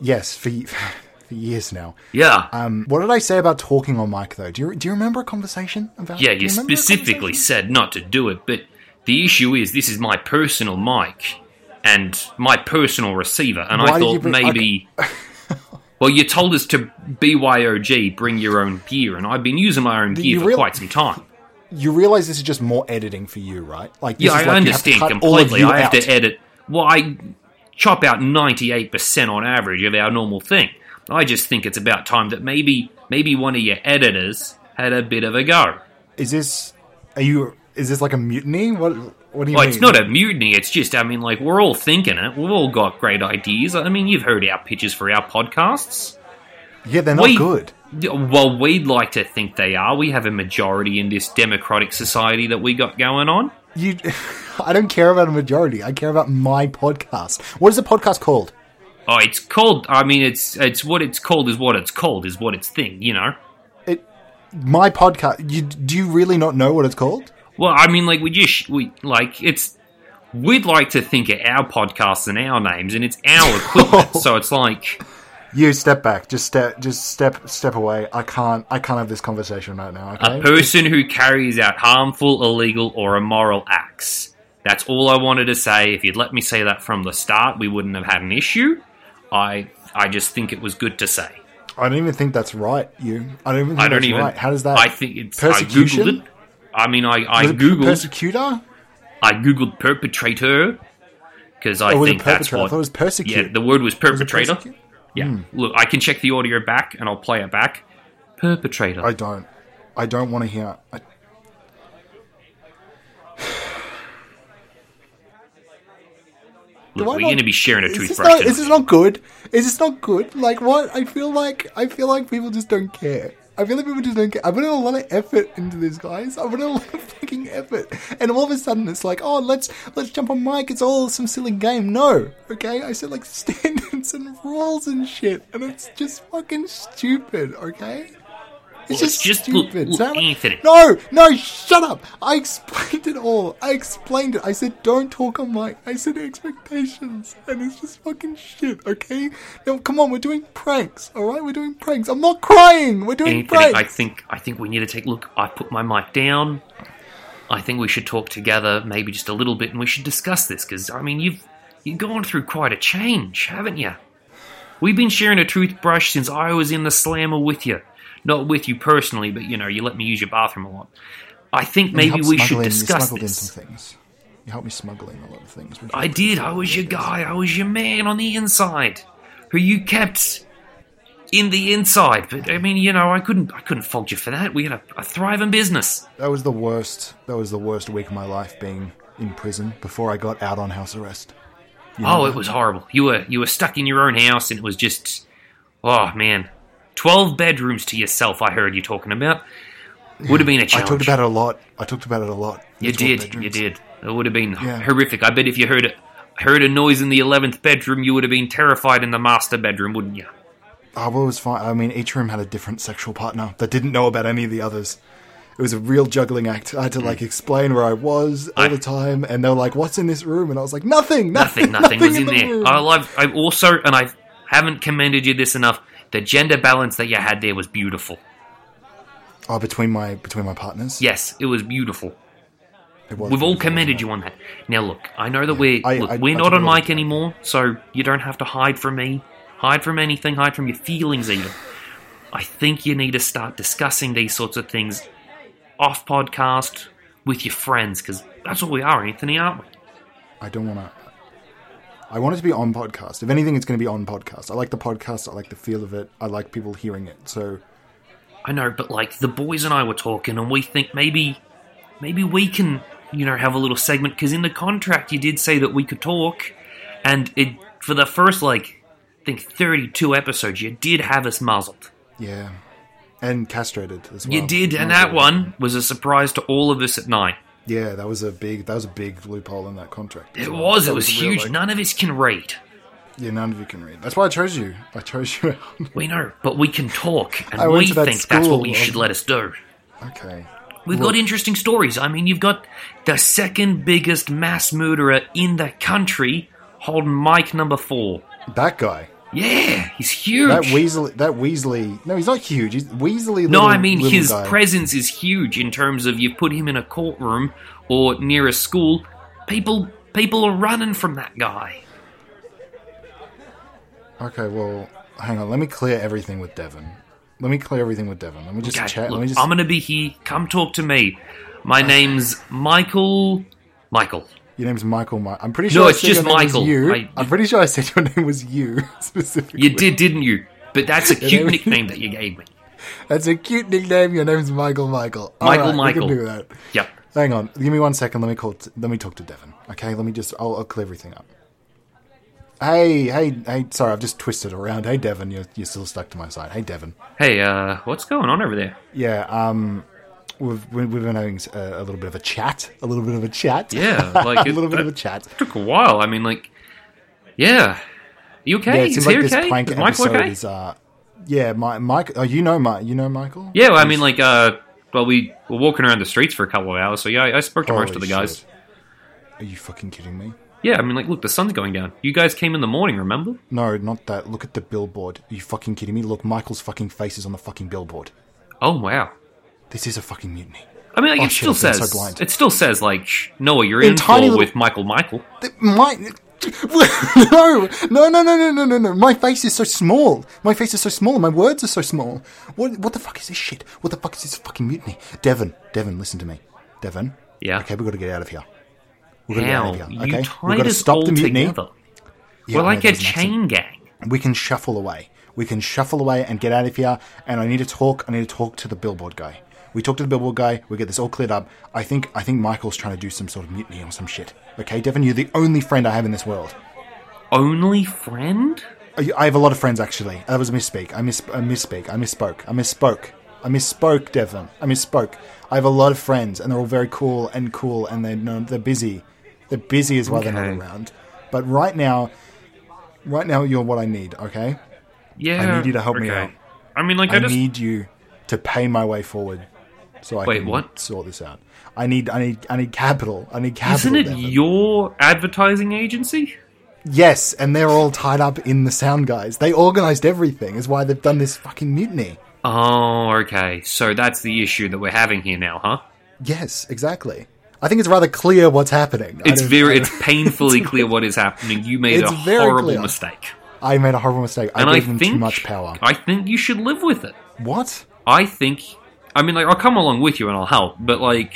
Speaker 1: Yes, for y- for years now.
Speaker 2: Yeah,
Speaker 1: Um, what did I say about talking on mic though? Do you do you remember a conversation about?
Speaker 2: yeah.
Speaker 1: do
Speaker 2: You
Speaker 1: remember a
Speaker 2: specifically
Speaker 1: conversation?
Speaker 2: said not to do it, but the issue is this is my personal mic and my personal receiver, and
Speaker 1: Why
Speaker 2: I
Speaker 1: did you
Speaker 2: thought
Speaker 1: bring-
Speaker 2: maybe. well, you told us to BYOG, bring your own gear, and I've been using my own gear
Speaker 1: you
Speaker 2: for
Speaker 1: real-
Speaker 2: quite some time.
Speaker 1: You realize this is just more editing for you, right? Like, this
Speaker 2: yeah,
Speaker 1: is
Speaker 2: I
Speaker 1: like you have to
Speaker 2: understand
Speaker 1: cut all of
Speaker 2: completely.
Speaker 1: you
Speaker 2: I have
Speaker 1: out.
Speaker 2: to edit. Well, I chop out ninety-eight percent on average of our normal thing. I just think it's about time that maybe maybe one of your editors had a bit of a go.
Speaker 1: Is this? Are you? Is this like a mutiny? What? What do you
Speaker 2: Well,
Speaker 1: mean?
Speaker 2: Oh, it's not a mutiny. It's just, I mean, like we're all thinking it. We've all got great ideas. I mean, you've heard our pitches for our podcasts.
Speaker 1: yeah, they're not
Speaker 2: we-
Speaker 1: Oh, good.
Speaker 2: Yeah, Well, we'd like to think they are. We have a majority in this democratic society that we got going on.
Speaker 1: You, I don't care about a majority. I care about my podcast. What is the podcast called?
Speaker 2: Oh, it's called. I mean, it's it's what it's called is what it's called is what it's thing. You know.
Speaker 1: It, my podcast. You do you really not know what it's called?
Speaker 2: Well, I mean, like we just we like it's. We'd like to think of our podcasts and our names, and it's our equipment. so it's like,
Speaker 1: You step back. Just step. Just step. Step away. I can't. I can't have this conversation right now.
Speaker 2: A
Speaker 1: Okay.
Speaker 2: person who carries out harmful, illegal, or immoral acts. That's all I wanted to say. If you'd let me say that from the start, we wouldn't have had an issue. I I just think it was good to say.
Speaker 1: I don't even think that's right. You. I don't even. Think
Speaker 2: I don't
Speaker 1: that's
Speaker 2: even.
Speaker 1: Right. How does that?
Speaker 2: I think it's I
Speaker 1: persecution?
Speaker 2: googled it. I mean, I I
Speaker 1: Was it
Speaker 2: googled
Speaker 1: persecutor.
Speaker 2: I googled perpetrator because I
Speaker 1: oh, was it
Speaker 2: think that's
Speaker 1: perpetrator? I
Speaker 2: what.
Speaker 1: thought it was
Speaker 2: yeah,
Speaker 1: persecute.
Speaker 2: the word
Speaker 1: Was
Speaker 2: was
Speaker 1: it Hmm.
Speaker 2: perpetrator.
Speaker 1: persecute?
Speaker 2: yeah, look, I can check the audio back and I'll play it back. Perpetrator.
Speaker 1: I don't. I don't want to hear. I...
Speaker 2: look,
Speaker 1: do I
Speaker 2: we're
Speaker 1: not-
Speaker 2: going to be sharing a
Speaker 1: Is this,
Speaker 2: toothbrush.
Speaker 1: not,
Speaker 2: tonight.
Speaker 1: is this not good? Is this not good? Like what? I feel like I feel like people just don't care. I feel like people just don't care. I put in a lot of effort into this, guys. I put in a lot of fucking effort, and all of a sudden it's like, oh, let's let's jump on mic. It's all some silly game. No, okay. I said like standards and rules and shit, and it's just fucking stupid. Okay. It's
Speaker 2: Well,
Speaker 1: just,
Speaker 2: it's just- look,
Speaker 1: stupid.
Speaker 2: look,
Speaker 1: Sam.
Speaker 2: Anthony.
Speaker 1: No, no, shut up. I explained it all. I explained it. I said don't talk on mic. I said expectations. And it's just fucking shit, okay? Now, come on, we're doing pranks, alright? We're doing pranks. I'm not crying. We're doing
Speaker 2: Anthony, I
Speaker 1: pranks.
Speaker 2: think I think we need to take. Look, I put my mic down. I think we should talk together, maybe just a little bit, and we should discuss this because I mean, you've you've gone through quite a change, haven't you? We've been sharing a toothbrush since I was in the slammer with you, not with you personally, but you know, you let me use your bathroom a lot. I think
Speaker 1: You
Speaker 2: maybe
Speaker 1: helped
Speaker 2: we
Speaker 1: smuggle
Speaker 2: should
Speaker 1: in- you
Speaker 2: discuss
Speaker 1: smuggled in
Speaker 2: this.
Speaker 1: some things. You helped me smuggle in a lot of things. which
Speaker 2: I did. I was your guy. I was your man on the inside, who you kept in the inside. But I mean, you know, I couldn't. I couldn't fault you for that. We had a, a thriving business.
Speaker 1: That was the worst. That was the worst week of my life being in prison before I got out on house arrest. You know
Speaker 2: Oh, it
Speaker 1: that?
Speaker 2: was horrible. You were you were stuck in your own house, and it was just, oh man, twelve bedrooms to yourself. I heard you talking about would have been a
Speaker 1: I
Speaker 2: challenge.
Speaker 1: talked about it a lot. I talked about it a lot.
Speaker 2: you
Speaker 1: It's called
Speaker 2: did, you
Speaker 1: bedrooms.
Speaker 2: did. It would have been
Speaker 1: Yeah.
Speaker 2: horrific. I bet if you heard heard a noise in the eleventh bedroom, you would have been terrified in the master bedroom, wouldn't you?
Speaker 1: Oh, well, it was fine. I mean, each room had a different sexual partner that didn't know about any of the others. It was a real juggling act. I had to like explain where I was all
Speaker 2: Hmm. I-
Speaker 1: the time, and they were like, "What's in this room?" And I was like, "Nothing, nothing,
Speaker 2: Nothing, nothing was
Speaker 1: in,
Speaker 2: in
Speaker 1: the
Speaker 2: there.
Speaker 1: room."
Speaker 2: I love. I also, and I haven't commended you this enough. The gender balance that you had there was beautiful.
Speaker 1: oh, between my between my partners,
Speaker 2: Yes, it was beautiful.
Speaker 1: it was
Speaker 2: We've all commended you on that. Now, look, I know that we're
Speaker 1: I-
Speaker 2: look,
Speaker 1: I-
Speaker 2: we're
Speaker 1: I
Speaker 2: not
Speaker 1: took
Speaker 2: on
Speaker 1: a lot of
Speaker 2: mic anymore, so you don't have to hide from me, hide from anything, hide from your feelings even. I think you need to start discussing these sorts of things off podcast with your friends because that's what we are, Anthony, aren't we?
Speaker 1: I don't want to. I want it to be on podcast. If anything, it's going to be on podcast. I like the podcast. I like the feel of it. I like people hearing it. So
Speaker 2: I know, but like the boys and I were talking, and we think maybe, maybe we can, you know, have a little segment because in the contract you did say that we could talk, and it for the first like, I think thirty-two episodes you did have us muzzled.
Speaker 1: yeah, and castrated as well.
Speaker 2: You did, and
Speaker 1: Not
Speaker 2: that
Speaker 1: good.
Speaker 2: one was a surprise to all of us at night.
Speaker 1: Yeah, that was a big that was a big loophole in that contract. as
Speaker 2: It
Speaker 1: well.
Speaker 2: was, it
Speaker 1: That
Speaker 2: was
Speaker 1: a real,
Speaker 2: huge.
Speaker 1: like-
Speaker 2: None of us can read.
Speaker 1: Yeah, none of you can read. That's why I chose you. I chose you.
Speaker 2: We know, but we can talk,
Speaker 1: I
Speaker 2: and
Speaker 1: went
Speaker 2: we
Speaker 1: to that
Speaker 2: think that's what
Speaker 1: school,
Speaker 2: you should
Speaker 1: um,
Speaker 2: let us do.
Speaker 1: okay.
Speaker 2: We've got interesting stories. I mean, you've got the second biggest mass murderer in the country holding mic number four.
Speaker 1: That guy.
Speaker 2: Yeah, he's huge.
Speaker 1: That Weasley. That Weasley. No, he's not huge. He's Weasley. little-
Speaker 2: no, I mean,
Speaker 1: little
Speaker 2: his
Speaker 1: guy.
Speaker 2: presence is huge in terms of you put him in a courtroom or near a school, people people are running from that guy.
Speaker 1: Okay, well, hang on. Let me clear everything with Devon. Let me clear everything with Devon. Let me just
Speaker 2: Okay,
Speaker 1: chat.
Speaker 2: look,
Speaker 1: let me just.
Speaker 2: I'm going to be here. Come talk to me. My name's Michael. Michael.
Speaker 1: Your name's Michael. Mi- I'm pretty sure.
Speaker 2: No,
Speaker 1: I
Speaker 2: it's
Speaker 1: said
Speaker 2: just
Speaker 1: your name was
Speaker 2: Michael.
Speaker 1: You.
Speaker 2: I-
Speaker 1: I'm pretty sure I said your name was you specifically.
Speaker 2: You did, didn't you? But that's a
Speaker 1: that
Speaker 2: cute
Speaker 1: was-
Speaker 2: nickname that you gave me.
Speaker 1: That's a cute nickname. Your name's Michael. Michael. All
Speaker 2: Michael
Speaker 1: right,
Speaker 2: Michael.
Speaker 1: We can do that.
Speaker 2: Yep.
Speaker 1: Hang on. Give me one second. Let me call. T- let me talk to Devon. Okay. Let me just. I'll, I'll clear everything up. Hey, hey, hey! Sorry, I've just twisted around. Hey, Devon, you're you're still stuck to my side. Hey, Devon.
Speaker 2: Hey, uh, what's going on over there?
Speaker 1: Yeah. Um. We've we- we've been having a, a little bit of a chat. A little bit of a chat.
Speaker 2: Yeah, like
Speaker 1: a
Speaker 2: it- uh,
Speaker 1: little bit
Speaker 2: that
Speaker 1: of a chat.
Speaker 2: took a while. I mean, like, yeah. You okay?
Speaker 1: Yeah, it
Speaker 2: is
Speaker 1: seems
Speaker 2: he
Speaker 1: like this
Speaker 2: okay?
Speaker 1: prank
Speaker 2: Is Michael
Speaker 1: episode
Speaker 2: okay?
Speaker 1: is. Uh, yeah, my, Mike. Oh, you know, Mike. You know, Michael.
Speaker 2: Yeah, well, I mean, like, uh, well, we were walking around the streets for a couple of hours, so yeah, I, I spoke to most of the
Speaker 1: Holy
Speaker 2: guys.
Speaker 1: shit. Are you fucking kidding me?
Speaker 2: Yeah, I mean, like, look, the sun's going down. You guys came in the morning, remember?
Speaker 1: No, not that. Look at the billboard. Are you fucking kidding me? Look, Michael's fucking face is on the fucking billboard.
Speaker 2: Oh wow.
Speaker 1: This is a fucking mutiny.
Speaker 2: I mean, like,
Speaker 1: Oh,
Speaker 2: it
Speaker 1: shit,
Speaker 2: still
Speaker 1: I've been so
Speaker 2: says
Speaker 1: blind.
Speaker 2: it still says like Noah, you're
Speaker 1: In
Speaker 2: in,
Speaker 1: tiny
Speaker 2: for
Speaker 1: little-
Speaker 2: with Michael Michael.
Speaker 1: Th- My no, no, no, no, no, no, no, no. My face is so small. My face is so small. My words are so small. What? What the fuck is this shit? What the fuck is this fucking mutiny? Devon, Devon, listen to me. Devon.
Speaker 2: Yeah.
Speaker 1: Okay, we got to get out of here. We're gonna get
Speaker 2: How?
Speaker 1: out of here,
Speaker 2: You
Speaker 1: okay? We're
Speaker 2: tied
Speaker 1: gonna
Speaker 2: us
Speaker 1: stop
Speaker 2: all
Speaker 1: the mutiny.
Speaker 2: together.
Speaker 1: Yeah,
Speaker 2: We're
Speaker 1: I know,
Speaker 2: like
Speaker 1: that
Speaker 2: a
Speaker 1: was an accident.
Speaker 2: chain gang.
Speaker 1: we can shuffle away. We can shuffle away and get out of here. And I need to talk. I need to talk to the billboard guy. We talk to the billboard guy. We get this all cleared up. I think. I think Michael's trying to do some sort of mutiny or some shit. Okay, Devin, you're the only friend I have in this world.
Speaker 2: Only friend?
Speaker 1: I I have a lot of friends actually. That was a misspeak. I mis I misspeak. I misspoke. I misspoke. I misspoke, Devlin. I misspoke. I have a lot of friends, and they're all very cool and cool, and they're no, they're busy. They're busy is why they're
Speaker 2: Okay.
Speaker 1: not around. But right now, right now you're what I need. Okay,
Speaker 2: Yeah.
Speaker 1: need you to help me out.
Speaker 2: I mean, like, I,
Speaker 1: I
Speaker 2: just.
Speaker 1: need you to pay my way forward, so I
Speaker 2: Wait,
Speaker 1: can
Speaker 2: what?
Speaker 1: sort this out. I need I need I need capital. I need capital.
Speaker 2: Isn't it
Speaker 1: Devlin.
Speaker 2: your advertising agency?
Speaker 1: yes, and they're all tied up in the sound guys. They organized everything. Is why they've done this fucking mutiny.
Speaker 2: Oh, okay. So that's the issue that we're having here now, huh?
Speaker 1: Yes, exactly. I think it's rather clear what's happening. I
Speaker 2: It's
Speaker 1: don't-
Speaker 2: very, it's painfully clear what is happening. You made
Speaker 1: It's
Speaker 2: a
Speaker 1: very
Speaker 2: horrible
Speaker 1: clear.
Speaker 2: mistake,
Speaker 1: I made a horrible mistake. I
Speaker 2: and I
Speaker 1: gave them
Speaker 2: think
Speaker 1: too much power.
Speaker 2: I think you should live with it.
Speaker 1: what?
Speaker 2: I think, I mean, like, I'll come along with you and I'll help, but like,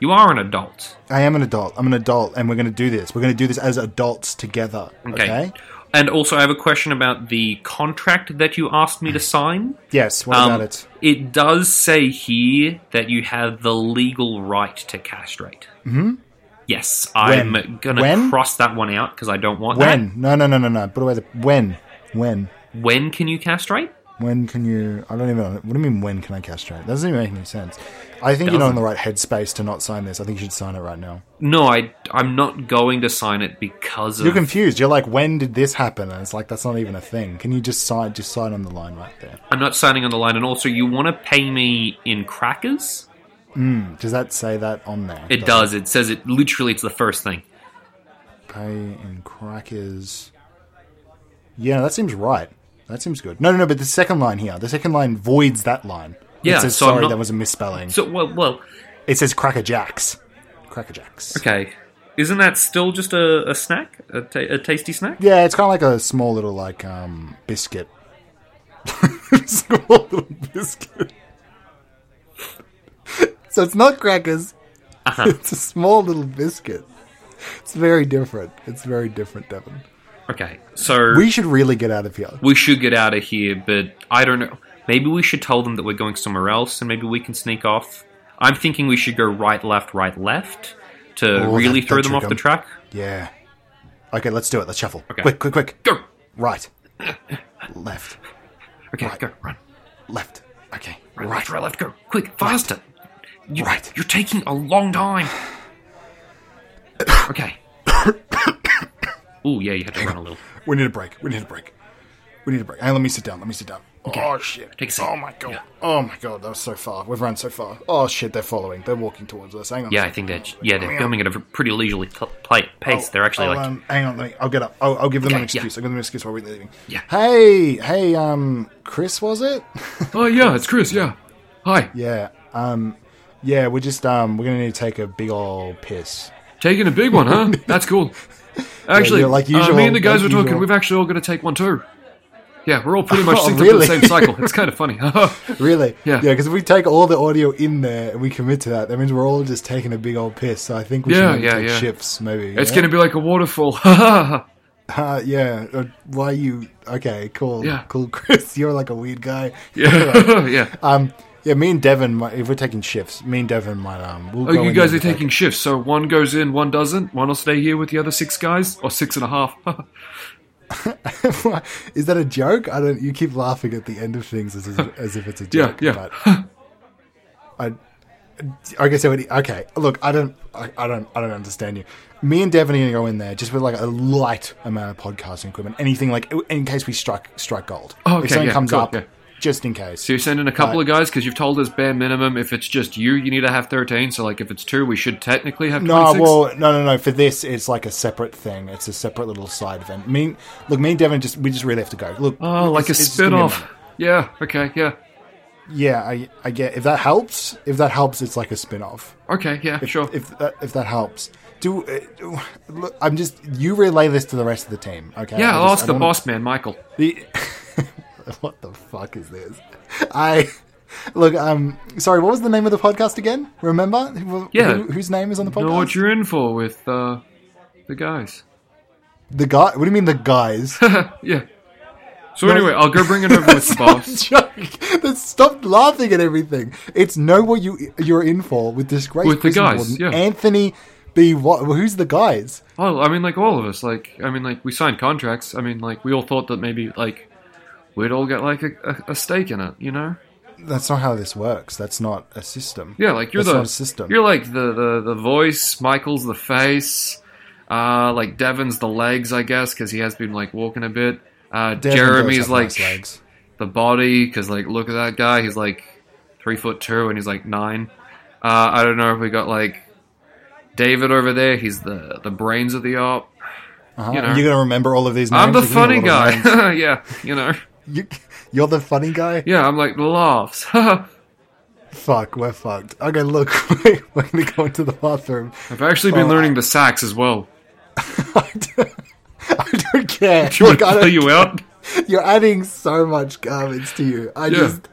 Speaker 2: you are an adult,
Speaker 1: I am an adult. I'm an adult, and we're going to do this. We're going to do this as adults together. Okay.
Speaker 2: okay? And also, I have a question about the contract that you asked me to sign.
Speaker 1: Yes. What
Speaker 2: Um,
Speaker 1: about it?
Speaker 2: It does say here that you have the legal right to castrate. Hmm. Yes, I'm
Speaker 1: Mm-hmm. When?
Speaker 2: gonna
Speaker 1: When?
Speaker 2: cross that one out because I don't want
Speaker 1: When? No, no, no, no, no. Put away the when. When?
Speaker 2: that. When can you castrate?
Speaker 1: When can you? I don't even. know. What do you mean? When can I castrate? That doesn't even make any sense. I think you're not in the right headspace to not sign this. I think you should sign it right now.
Speaker 2: No, I I'm not going to sign it because of
Speaker 1: You're confused. You're like, when did this happen? And it's like that's not even a thing. Can you just sign? Just sign on the line right there.
Speaker 2: I'm not signing on the line. And also, you want to pay me in crackers?
Speaker 1: Does that say that on there?
Speaker 2: It does. It says it literally. It's the first thing.
Speaker 1: Pay in crackers. Yeah, that seems right. That seems good. No, no, no. But the second line here, the second line voids that line.
Speaker 2: Yeah,
Speaker 1: it says
Speaker 2: so I'm
Speaker 1: sorry,
Speaker 2: not-
Speaker 1: that was a misspelling.
Speaker 2: So well, well,
Speaker 1: it says cracker jacks. Cracker jacks.
Speaker 2: okay. Isn't that still just a, a snack, a, ta- a tasty snack?
Speaker 1: Yeah, it's kind of like a small little like um biscuit. small little biscuit. so it's not crackers.
Speaker 2: Uh-huh.
Speaker 1: It's a small little biscuit. It's very different. It's very different, Devin.
Speaker 2: Okay, so we,
Speaker 1: We should really get out of here.
Speaker 2: should get out of here, but I don't know. Maybe we should tell them that we're going somewhere else, and maybe we can sneak off. I'm thinking we should go right, left, right, left to
Speaker 1: Oh,
Speaker 2: really
Speaker 1: that-
Speaker 2: throw
Speaker 1: that
Speaker 2: them
Speaker 1: trick
Speaker 2: off the
Speaker 1: them.
Speaker 2: track.
Speaker 1: Yeah. Okay, let's do it. Let's shuffle.
Speaker 2: Okay.
Speaker 1: Quick, quick, quick.
Speaker 2: Go.
Speaker 1: Right. left.
Speaker 2: Okay, go run.
Speaker 1: Left. Okay.
Speaker 2: Right,
Speaker 1: Right.
Speaker 2: left, right, left, go. Quick, faster. You,
Speaker 1: Right.
Speaker 2: You're taking a long time. okay. Ooh, yeah, you had to run a little.
Speaker 1: We need a break. We need a break. We need a break. Hey, let me sit down. Let me sit down. Oh shit.
Speaker 2: Take a seat.
Speaker 1: oh my god. Oh my god, that was so far. We've run so far. Oh shit, they're following. They're walking towards us. Hang on.
Speaker 2: Yeah, I think that. Yeah, they're filming at a pretty leisurely cl- pla- pace. They're actually
Speaker 1: I'll,
Speaker 2: like.
Speaker 1: um, hang on, let me. I'll get up. I'll, I'll give them an
Speaker 2: Okay, yeah.
Speaker 1: excuse. I'll give them an excuse while we're leaving.
Speaker 2: Yeah.
Speaker 1: Hey, hey, um, Chris, was it?
Speaker 2: Oh yeah, it's Chris. Yeah. Hi.
Speaker 1: yeah. Um, yeah. We're just um, we're gonna need to take a big old piss.
Speaker 3: Taking a big one, huh? That's cool. Actually,
Speaker 1: Yeah, yeah, like
Speaker 3: uh,
Speaker 1: usual,
Speaker 3: me and the guys
Speaker 1: like
Speaker 3: were talking.
Speaker 1: usual.
Speaker 3: We've actually all got to take one too. Yeah, we're all pretty much
Speaker 1: Oh,
Speaker 3: synced up
Speaker 1: really?
Speaker 3: to the same cycle. It's kind of funny.
Speaker 1: Really?
Speaker 3: Yeah.
Speaker 1: Yeah, because if we take all the audio in there and we commit to that, that means we're all just taking a big old piss. So I think we
Speaker 3: Yeah,
Speaker 1: should maybe
Speaker 3: yeah,
Speaker 1: take
Speaker 3: yeah.
Speaker 1: shifts, maybe.
Speaker 3: It's
Speaker 1: yeah?
Speaker 3: going to be like a waterfall.
Speaker 1: Uh, yeah. Uh, why you? Okay, cool.
Speaker 3: Yeah.
Speaker 1: Cool, Chris. You're like a weird guy.
Speaker 3: yeah, yeah.
Speaker 1: Um. Yeah. Me and Devin, might, if we're taking shifts, me and Devin might um. We'll
Speaker 3: Oh,
Speaker 1: go
Speaker 3: you
Speaker 1: in
Speaker 3: guys
Speaker 1: there
Speaker 3: are
Speaker 1: with, like-
Speaker 3: taking shifts, so one goes in, one doesn't. One will stay here with the other six guys, or six and a half.
Speaker 1: is that a joke? I don't. You keep laughing at the end of things as if, as if it's a
Speaker 3: Yeah,
Speaker 1: joke.
Speaker 3: yeah.
Speaker 1: But I. Okay, so it, okay. Look, I don't, I, I don't, I don't understand you. Me and Devin are gonna go in there just with like a light amount of podcasting equipment, anything like in case we strike strike gold.
Speaker 3: Oh, okay,
Speaker 1: if something
Speaker 3: yeah,
Speaker 1: comes
Speaker 3: cool,
Speaker 1: up,
Speaker 3: yeah.
Speaker 1: just in case.
Speaker 3: So you're sending a couple of guys because you've told us bare minimum. If it's just you, you need to have thirteen. So like, if it's two, we should technically have
Speaker 1: No,
Speaker 3: twenty-six.
Speaker 1: well, no, no, no. For this, it's like a separate thing. It's a separate little side event. Me, look, me and Devin just we just really have to go. Look,
Speaker 3: oh, like a
Speaker 1: it's- it's just gonna be
Speaker 3: spin-off. Yeah. Okay. Yeah.
Speaker 1: minute. Yeah, I, I get. If that helps, if that helps, it's like a spin off.
Speaker 3: Okay. Yeah. sure.
Speaker 1: If that, if that helps, do. Uh, do- look, I'm just you relay this to the rest of the team. Okay.
Speaker 3: Yeah,
Speaker 1: I
Speaker 3: I'll
Speaker 1: just-
Speaker 3: ask
Speaker 1: I
Speaker 3: the
Speaker 1: don't wanna-
Speaker 3: boss man, Michael.
Speaker 1: The, what the fuck is this? I Look, um, sorry, what was the name of the podcast again? Remember? Who-
Speaker 3: Yeah.
Speaker 1: who- whose name is on the
Speaker 3: Know what
Speaker 1: podcast?
Speaker 3: you're in for with uh, the guys.
Speaker 1: the guy. What do you mean the guys?
Speaker 3: yeah. So anyway, I'll go bring it over with the boss.
Speaker 1: joke. That stopped laughing at everything. It's know what you you're in for with this great
Speaker 3: With the
Speaker 1: prison
Speaker 3: guys,
Speaker 1: warden,
Speaker 3: yeah.
Speaker 1: Anthony B. What? Who's the guys?
Speaker 3: Oh, I mean, like all of us. Like, I mean, like we signed contracts. I mean, like we all thought that maybe like we'd all get like a, a, a stake in it, you know?
Speaker 1: That's not how this works. That's not a system.
Speaker 3: Yeah, like you're
Speaker 1: That's
Speaker 3: the
Speaker 1: not a system.
Speaker 3: You're like the, the the voice. Michael's the face. Uh, like Devin's the legs, I guess, because he has been like walking a bit. Uh,
Speaker 1: Devin does have
Speaker 3: Jeremy's like
Speaker 1: nice legs.
Speaker 3: the body, because like look at that guy. He's like three foot two and he's like nine. Uh, I don't know if we got like David over there. He's the the brains of the op.
Speaker 1: Uh-huh.
Speaker 3: you know.
Speaker 1: are gonna remember all of these. Names.
Speaker 3: I'm the
Speaker 1: You're gonna
Speaker 3: funny
Speaker 1: remember all of them.
Speaker 3: guy. yeah, you know.
Speaker 1: You, you're the funny guy.
Speaker 3: Yeah, I'm like the laughs. I've
Speaker 1: Fuck, we're fucked. Okay, look, we're gonna go into the bathroom.
Speaker 3: actually been
Speaker 1: Oh.
Speaker 3: learning the sax as well.
Speaker 1: I don't, I don't care.
Speaker 3: Do you want
Speaker 1: Look, I
Speaker 3: to
Speaker 1: don't-
Speaker 3: fill you out?
Speaker 1: You're adding so much garbage to you. I
Speaker 3: Yeah.
Speaker 1: just.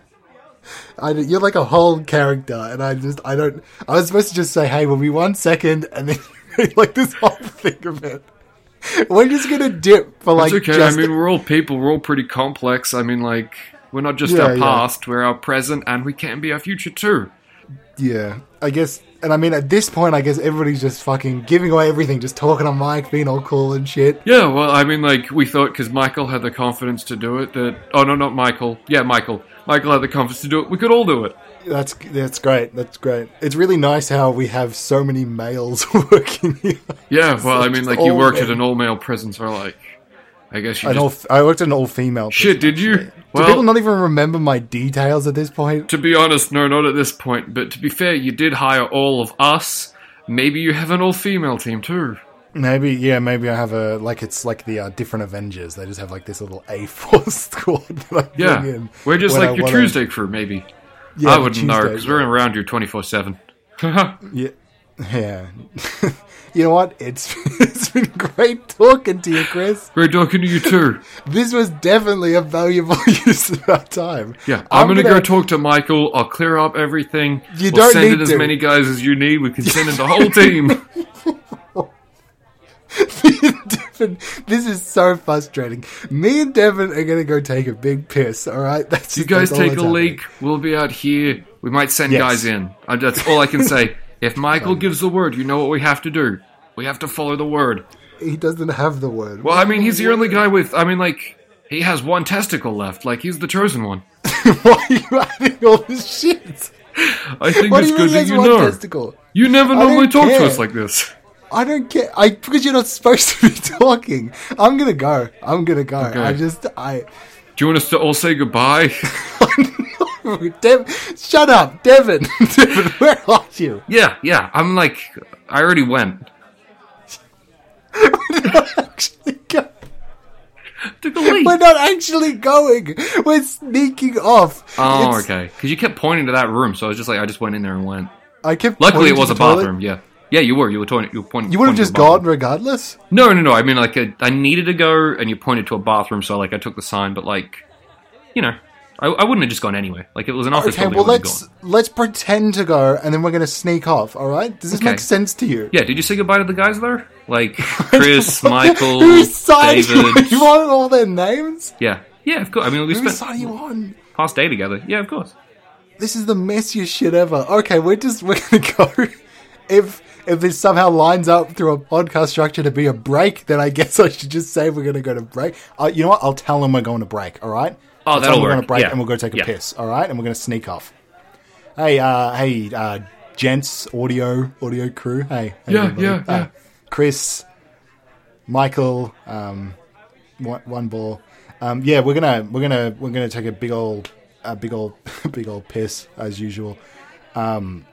Speaker 1: I, you're like a whole character, and I just, I don't. I was supposed to just say, hey, we'll be one second, and then you made, like this whole thing of it. We're just gonna dip for like
Speaker 3: It's okay.
Speaker 1: just
Speaker 3: I mean, we're all people. We're all pretty complex. I mean, like, we're not just
Speaker 1: Yeah,
Speaker 3: our
Speaker 1: yeah.
Speaker 3: past. We're our present, and we can be our future too.
Speaker 1: Yeah, I guess, and I mean, at this point, I guess everybody's just fucking giving away everything, just talking on mic, being all cool and shit.
Speaker 3: Yeah. Well, I mean, like, we thought because Michael had the confidence to do it. That oh no, not Michael. Yeah, Michael. Michael had the confidence to do it. We could all do it.
Speaker 1: That's that's great. That's great. It's really nice how we have so many males working here.
Speaker 3: Yeah. Well, I mean,
Speaker 1: just
Speaker 3: like, you
Speaker 1: all
Speaker 3: worked
Speaker 1: men.
Speaker 3: at an all-male prison, so like, I guess you
Speaker 1: An
Speaker 3: just
Speaker 1: all, I worked in an all female.
Speaker 3: shit. Did you?
Speaker 1: Do people
Speaker 3: Well,
Speaker 1: not even remember my details at this point?
Speaker 3: to be honest, no, not at this point. But to be fair, you did hire all of us. Maybe you have an all-female team too.
Speaker 1: Maybe yeah, maybe I have a like it's like the uh, different Avengers. They just have like this little A4 squad that I
Speaker 3: Yeah,
Speaker 1: bring in.
Speaker 3: we're just
Speaker 1: when I
Speaker 3: like your
Speaker 1: wanna-
Speaker 3: Tuesday crew, maybe.
Speaker 1: um, Yeah,
Speaker 3: I
Speaker 1: the
Speaker 3: wouldn't know know
Speaker 1: Tuesday,
Speaker 3: because we're around you twenty four seven. Yeah,
Speaker 1: Yeah. Yeah. you know what? It's it's been great talking to you, Chris.
Speaker 3: we're talking to you too.
Speaker 1: This was definitely a valuable use of our time.
Speaker 3: Yeah, I'm, gonna, go talk to Michael. I'll clear up everything.
Speaker 1: You
Speaker 3: we'll
Speaker 1: don't
Speaker 3: send
Speaker 1: need
Speaker 3: in as
Speaker 1: to.
Speaker 3: many guys as you need. We can send in the whole team.
Speaker 1: me and Devin, this is so frustrating. Me and Devin are gonna go take a big piss. All right, that's
Speaker 3: You
Speaker 1: just-
Speaker 3: guys
Speaker 1: that's all
Speaker 3: take a
Speaker 1: that's happening.
Speaker 3: leak. We'll be out here. We might send
Speaker 1: Yes.
Speaker 3: guys in. Uh, That's all I can say. If Michael gives the word, you know what we have to do. We have to follow the word.
Speaker 1: He doesn't have the word.
Speaker 3: Well, I mean, he's the only guy with. I mean, like he has one testicle left. Like he's the chosen one.
Speaker 1: Why are you adding all this shit?
Speaker 3: I think
Speaker 1: Why do
Speaker 3: it's
Speaker 1: you
Speaker 3: good
Speaker 1: really
Speaker 3: that
Speaker 1: has
Speaker 3: you
Speaker 1: one
Speaker 3: know.
Speaker 1: testicle?
Speaker 3: You never normally
Speaker 1: don't
Speaker 3: talk
Speaker 1: care.
Speaker 3: to us like this.
Speaker 1: I don't care. I because you're not supposed to be talking. I'm gonna go. I'm gonna go. I just I.
Speaker 3: Do you want us to all say goodbye?
Speaker 1: Dev, shut up, Devin. Devin, where are you?
Speaker 3: yeah, yeah. I'm like, I already went.
Speaker 1: Actually go-
Speaker 3: Took a leak.
Speaker 1: We're not actually going. We're sneaking off.
Speaker 3: Oh,
Speaker 1: It's-
Speaker 3: okay. Because you kept pointing to that room, so I was just like, I just went in there and went.
Speaker 1: I kept.
Speaker 3: Luckily,
Speaker 1: pointing
Speaker 3: it was
Speaker 1: to
Speaker 3: a
Speaker 1: the toilet.
Speaker 3: bathroom. Yeah, yeah. You were. You were pointing. You were pointing.
Speaker 1: You would have
Speaker 3: pointing to
Speaker 1: just
Speaker 3: the bathroom.
Speaker 1: gone regardless.
Speaker 3: No, no, no. I mean, like, uh, I, I needed to go, and you pointed to a bathroom, so like, I took the sign, but like, you know, I, I wouldn't have just gone anyway. Like, it was an office
Speaker 1: Okay,
Speaker 3: building.
Speaker 1: well
Speaker 3: I wouldn't have
Speaker 1: let's
Speaker 3: gone.
Speaker 1: let's pretend to go, and then we're gonna sneak off. All right? Does this
Speaker 3: Okay.
Speaker 1: make sense to you?
Speaker 3: Yeah. Did you say goodbye to the guys there? Like Chris, Michael,
Speaker 1: Whose side
Speaker 3: David.
Speaker 1: you want all their names?
Speaker 3: Yeah. Yeah, of course. I mean, we
Speaker 1: Whose
Speaker 3: spent
Speaker 1: side you on?
Speaker 3: past day together. Yeah, of course.
Speaker 1: This is the messiest shit ever. Okay, we're just we're gonna go. If if this somehow lines up through a podcast structure to be a break, then I guess I should just say we're gonna go to break. Uh, you know what? I'll tell them we're going to break. All right.
Speaker 3: Oh,
Speaker 1: I'll tell
Speaker 3: that'll
Speaker 1: them We're
Speaker 3: work.
Speaker 1: gonna break
Speaker 3: Yeah.
Speaker 1: and we'll go take a
Speaker 3: Yeah.
Speaker 1: piss. All right, and we're gonna sneak off. Hey, uh, hey, uh, gents, audio, audio crew. Hey, hey,
Speaker 3: Yeah,
Speaker 1: everybody.
Speaker 3: yeah,
Speaker 1: Uh,
Speaker 3: yeah.
Speaker 1: Chris, Michael, um, one, one ball. Um, yeah, we're gonna we're gonna we're gonna take a big old a big old big old piss as usual. Um,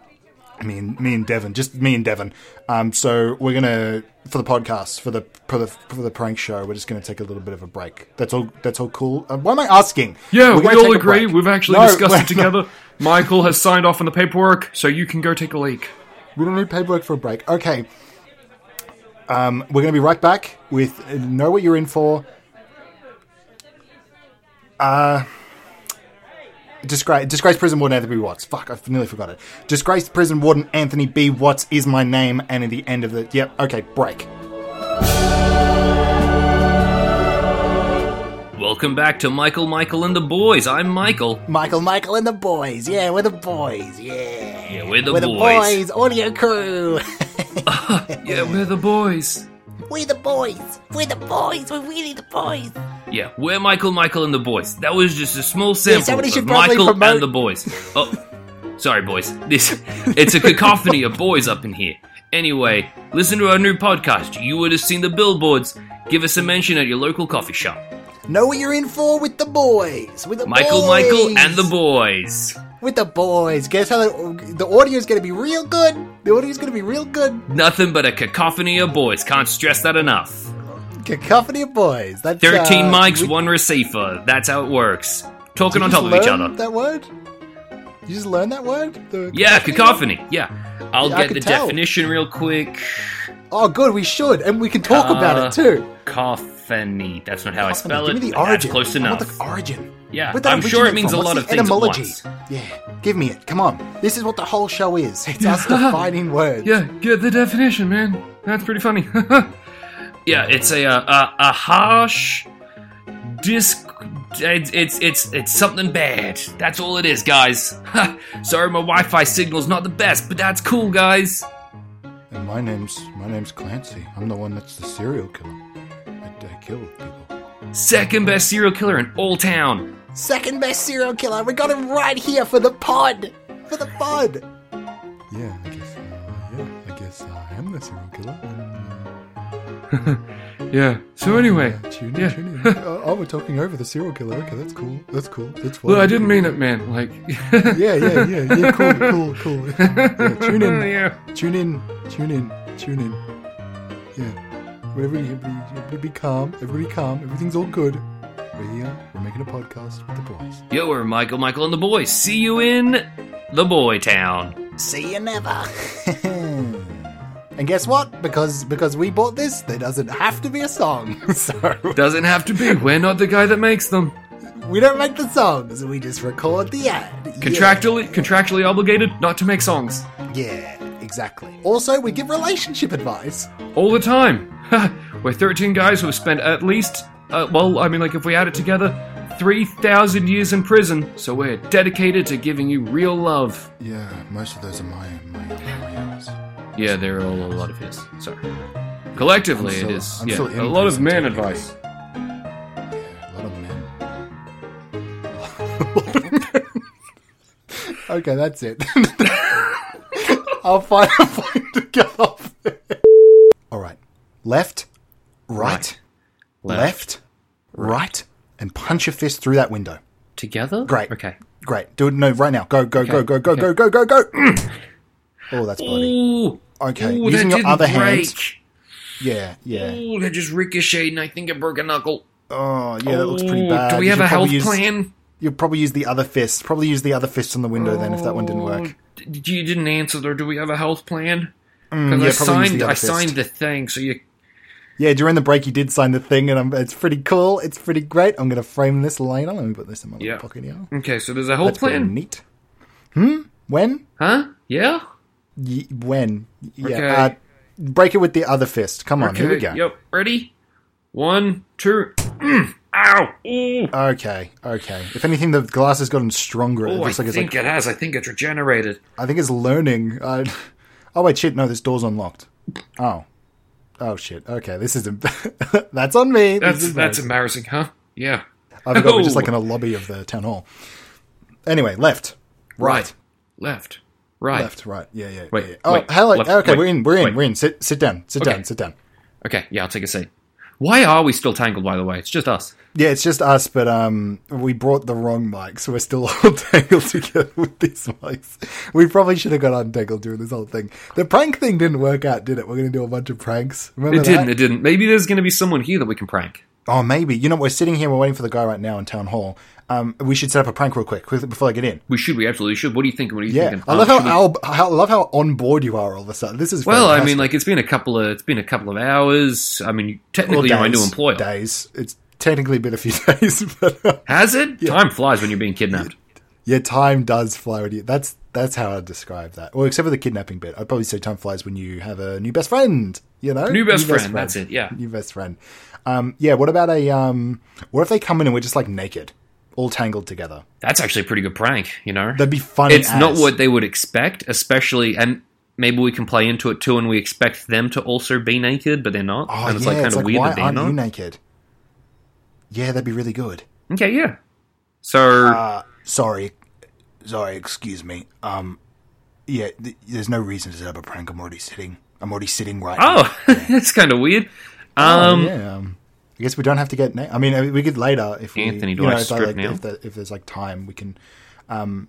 Speaker 1: me and me and Devon, just me and Devon. Um, so we're gonna for the podcast for the for the for the prank show. We're just gonna take a little bit of a break. That's all. That's all cool. Um, why am I asking?
Speaker 3: Yeah,
Speaker 1: We're
Speaker 3: we
Speaker 1: gonna
Speaker 3: all
Speaker 1: take a
Speaker 3: agree.
Speaker 1: break.
Speaker 3: We've actually
Speaker 1: No,
Speaker 3: discussed
Speaker 1: we're
Speaker 3: it together. Michael has signed off on the paperwork, so you can go take a leak.
Speaker 1: We don't need paperwork for a break. Okay. Um, we're going to be right back with uh, Know What You're In For. Uh, Disgrace, disgraced prison warden Anthony B. Watts. Fuck, I nearly forgot it. Disgraced prison warden Anthony B. Watts is my name, and at the end of the yep, okay, break.
Speaker 2: Welcome back to Michael, Michael, and the Boys. I'm Michael.
Speaker 1: Michael, Michael, and the boys. Yeah, we're the boys. Yeah,
Speaker 2: Yeah, we're the
Speaker 1: we're the
Speaker 2: boys.
Speaker 1: boys. Audio crew.
Speaker 2: Yeah, we're the boys.
Speaker 1: we're the boys. We're the boys. We're really the boys.
Speaker 2: Yeah, we're Michael, Michael, and the Boys. That was just a small sample
Speaker 1: somebody
Speaker 2: of
Speaker 1: should probably
Speaker 2: Michael
Speaker 1: promote-
Speaker 2: and the Boys. Oh, sorry, boys. This it's a cacophony of boys up in here. Anyway, listen to our new podcast. You would have seen the billboards. Give us a mention at your local coffee shop.
Speaker 1: Know what you're in for with the boys. With the
Speaker 2: Michael,
Speaker 1: boys.
Speaker 2: Michael, and the Boys.
Speaker 1: with the boys. Guess how the, the audio's going to be real good. The audio's going to be real good.
Speaker 2: Nothing but a cacophony of boys. Can't stress that enough.
Speaker 1: Cacophony of boys. That's
Speaker 2: Thirteen
Speaker 1: uh,
Speaker 2: mics,
Speaker 1: we-
Speaker 2: one receiver. That's how it works.
Speaker 1: Did
Speaker 2: Talking
Speaker 1: you
Speaker 2: on top
Speaker 1: just
Speaker 2: of each
Speaker 1: learn
Speaker 2: other.
Speaker 1: That word? You just learned that word? The
Speaker 2: Yeah, cacophony. Yeah. I'll
Speaker 1: Yeah, I
Speaker 2: get
Speaker 1: could
Speaker 2: the
Speaker 1: tell.
Speaker 2: definition real quick.
Speaker 1: Oh, good. We should, and we can talk about it
Speaker 2: Uh,
Speaker 1: too.
Speaker 2: Cacophony. That's not how I spell it.
Speaker 1: give me the
Speaker 2: but that's
Speaker 1: origin.
Speaker 2: close
Speaker 1: I
Speaker 2: enough.
Speaker 1: want the origin.
Speaker 2: yeah,
Speaker 1: Where'd that
Speaker 2: I'm sure
Speaker 1: originate
Speaker 2: it means a
Speaker 1: from? What's
Speaker 2: lot
Speaker 1: the
Speaker 2: of things
Speaker 1: etymology?
Speaker 2: at once.
Speaker 1: Yeah, give me it. Come on. This is what the whole show is. It's us defining words.
Speaker 3: Yeah, get the definition, man. That's pretty funny.
Speaker 2: Yeah, it's a uh, a, a harsh disc. It's, it's it's it's something bad. That's all it is, guys. Ha, Sorry, my Wi-Fi signal's not the best, but that's cool, guys.
Speaker 1: And my name's my name's Clancy. I'm the one that's the serial killer. I, I kill people.
Speaker 2: Second best serial killer in all town.
Speaker 1: Second best serial killer. We got him right here for the pod. For the pod. Yeah, I guess. Uh, yeah, I guess uh, I am the serial killer. uh,
Speaker 3: yeah. So anyway,
Speaker 1: Tune
Speaker 3: in, Yeah. tune in.
Speaker 1: oh, we're talking over the serial killer. Okay, that's cool. That's cool. That's fine.
Speaker 3: well, I didn't mean it, man. Like,
Speaker 1: Yeah, yeah, yeah, yeah. Cool, cool, cool. Yeah, tune in.
Speaker 3: yeah.
Speaker 1: Tune in. Tune in. Tune in. Yeah. Whatever. Everybody, everybody be calm. Everybody calm. Everything's all good. We're here. We're making a podcast with the boys.
Speaker 2: Yo, we're Michael, Michael, and the boys. See you in the boy town.
Speaker 1: See you never. and guess what? Because because we bought this, there doesn't have to be a song. so
Speaker 3: Doesn't have to be. We're not the guy that makes them.
Speaker 1: we don't make the songs. We just record the ad.
Speaker 3: Contractually, contractually obligated not to make songs
Speaker 1: Yeah, yeah exactly. Also, we give relationship advice.
Speaker 3: all the time. We're 13 guys who have spent at least, uh, well, I mean, like if we add it together, 3,000 years in prison. So we're dedicated to giving you real love.
Speaker 1: Yeah, most of those are my my, my hours.
Speaker 3: Yeah, they're all a lot of his. Sorry. Collectively,
Speaker 1: I'm still-
Speaker 3: it is.
Speaker 1: I'm
Speaker 3: yeah,
Speaker 1: still in
Speaker 3: a lot of
Speaker 1: prison
Speaker 3: man
Speaker 1: technically.
Speaker 3: advice.
Speaker 1: Yeah, a lot of men. okay, that's it. I'll find a point to get off. All right, left, right, left, right, and punch your fist through that window.
Speaker 2: Together?
Speaker 1: Great.
Speaker 2: Okay.
Speaker 1: Great. Do it. No, right now. Go, go, go, go, go, go, go, go, go. oh, that's bloody.
Speaker 2: Ooh.
Speaker 1: Okay,
Speaker 2: Ooh,
Speaker 1: using your
Speaker 2: that didn't
Speaker 1: other
Speaker 2: break.
Speaker 1: hand. Yeah, yeah.
Speaker 2: Ooh, that just ricocheted, and I think I broke a knuckle.
Speaker 1: Oh, yeah, that looks pretty
Speaker 2: Ooh,
Speaker 1: bad.
Speaker 3: Do we
Speaker 1: You
Speaker 3: have
Speaker 1: should
Speaker 3: a health
Speaker 1: probably use-
Speaker 3: plan?
Speaker 1: You'll probably use the other fist. Probably use the other fist on the window then if that one didn't work.
Speaker 3: D- You didn't answer there. Do we have a health plan? 'Cause
Speaker 1: Mm, yeah,
Speaker 3: I
Speaker 1: probably use the
Speaker 3: signed.
Speaker 1: other
Speaker 3: I
Speaker 1: fist.
Speaker 3: signed the thing. So you.
Speaker 1: Yeah, during the break you did sign the thing, and I'm, it's pretty cool. It's pretty great. I'm gonna frame this later. Let me put this in my little
Speaker 3: Yeah.
Speaker 1: pocket here.
Speaker 3: Okay. So there's a health
Speaker 1: That's pretty
Speaker 3: plan,
Speaker 1: neat. Hmm. When?
Speaker 3: huh? Yeah.
Speaker 1: Y- when? Yeah.
Speaker 3: Okay.
Speaker 1: Uh, break it with the other fist. Come on. Here we go.
Speaker 3: Okay, Yep. Ready? One, two. Mm, ow! Ooh!
Speaker 1: Okay. Okay. If anything, the glass has gotten stronger. it
Speaker 3: Oh, I
Speaker 1: looks like it's
Speaker 3: think
Speaker 1: like
Speaker 3: it has. I think it's regenerated.
Speaker 1: I think it's learning. Uh, oh wait, shit! No, this door's unlocked. Oh. Oh shit. Okay, this isn't. that's on me. This
Speaker 3: That's
Speaker 1: is
Speaker 3: that's embarrassing, huh? Yeah.
Speaker 1: I forgot we're just
Speaker 3: Oh.
Speaker 1: like in a lobby of the town hall. Anyway, left, right,
Speaker 3: Left. Right.
Speaker 1: left, right. Yeah, yeah.
Speaker 3: Wait,
Speaker 1: yeah. Oh,
Speaker 3: wait,
Speaker 1: hello.
Speaker 3: left,
Speaker 1: okay,
Speaker 3: wait,
Speaker 1: we're in. We're in.
Speaker 3: wait.
Speaker 1: We're in. Sit, sit down. Sit
Speaker 3: Okay.
Speaker 1: down. Sit down.
Speaker 3: Okay. Yeah, I'll take a seat. Why are we still tangled? By the way, it's just us.
Speaker 1: Yeah, it's just us, but um, we brought the wrong mic, so we're still all tangled together with these mics. We probably should have got untangled during this whole thing. The prank thing didn't work out, did it? We're going to do a bunch of pranks. Remember
Speaker 3: It
Speaker 1: that?
Speaker 3: didn't. It didn't. Maybe there's going to be someone here that we can prank.
Speaker 1: Oh, maybe. You know, we're sitting here. We're waiting for the guy right now in town hall. Um, we should set up a prank real quick quick- before I get in.
Speaker 3: We should. We absolutely should. What do you think? What are you
Speaker 1: Yeah,
Speaker 3: thinking?
Speaker 1: I
Speaker 3: Um,
Speaker 1: love
Speaker 3: should we-
Speaker 1: how, how, how I love how on board you are all of a sudden. This is
Speaker 3: Well, I
Speaker 1: fantastic.
Speaker 3: mean, like it's been a couple of it's been a couple of hours. I mean, technically, you're my new employer.
Speaker 1: Days. It's technically been a few days, but uh,
Speaker 3: Has it? Time flies when you're being kidnapped.
Speaker 1: Yeah, time does fly with you. That's that's how I'd describe that. Well, except for the kidnapping bit, I'd probably say time flies when you have a new best friend. You know,
Speaker 2: New best friend, that's it, yeah.
Speaker 1: new best friend. Um, yeah. What about a um? What if they come in and we're just like naked, all tangled together?
Speaker 2: That's actually a pretty good prank, you know?
Speaker 1: That'd be funny.
Speaker 2: it's not
Speaker 1: as.
Speaker 2: what they would expect, especially, and maybe we can play into it too, and we expect them to also be naked, but they're not.
Speaker 1: Oh,
Speaker 2: and it's
Speaker 1: yeah,
Speaker 2: like kind
Speaker 1: it's
Speaker 2: of
Speaker 1: like,
Speaker 2: weird
Speaker 1: why
Speaker 2: that they're
Speaker 1: aren't
Speaker 2: not.
Speaker 1: you naked? Yeah, that'd be really good.
Speaker 2: okay, yeah. So
Speaker 1: Uh, sorry, sorry, excuse me. Um, yeah, th- there's no reason to set up a prank. I'm already sitting. I'm already sitting right. now.
Speaker 2: Oh, that's kind of weird. Um,
Speaker 1: Oh, yeah. Um, I guess we don't have to get. Na- I mean, uh, we could later if we,
Speaker 2: Anthony,
Speaker 1: you
Speaker 2: do I
Speaker 1: know, if,
Speaker 2: strip
Speaker 1: like,
Speaker 2: now?
Speaker 1: if, there, if there's like time, we can. Um,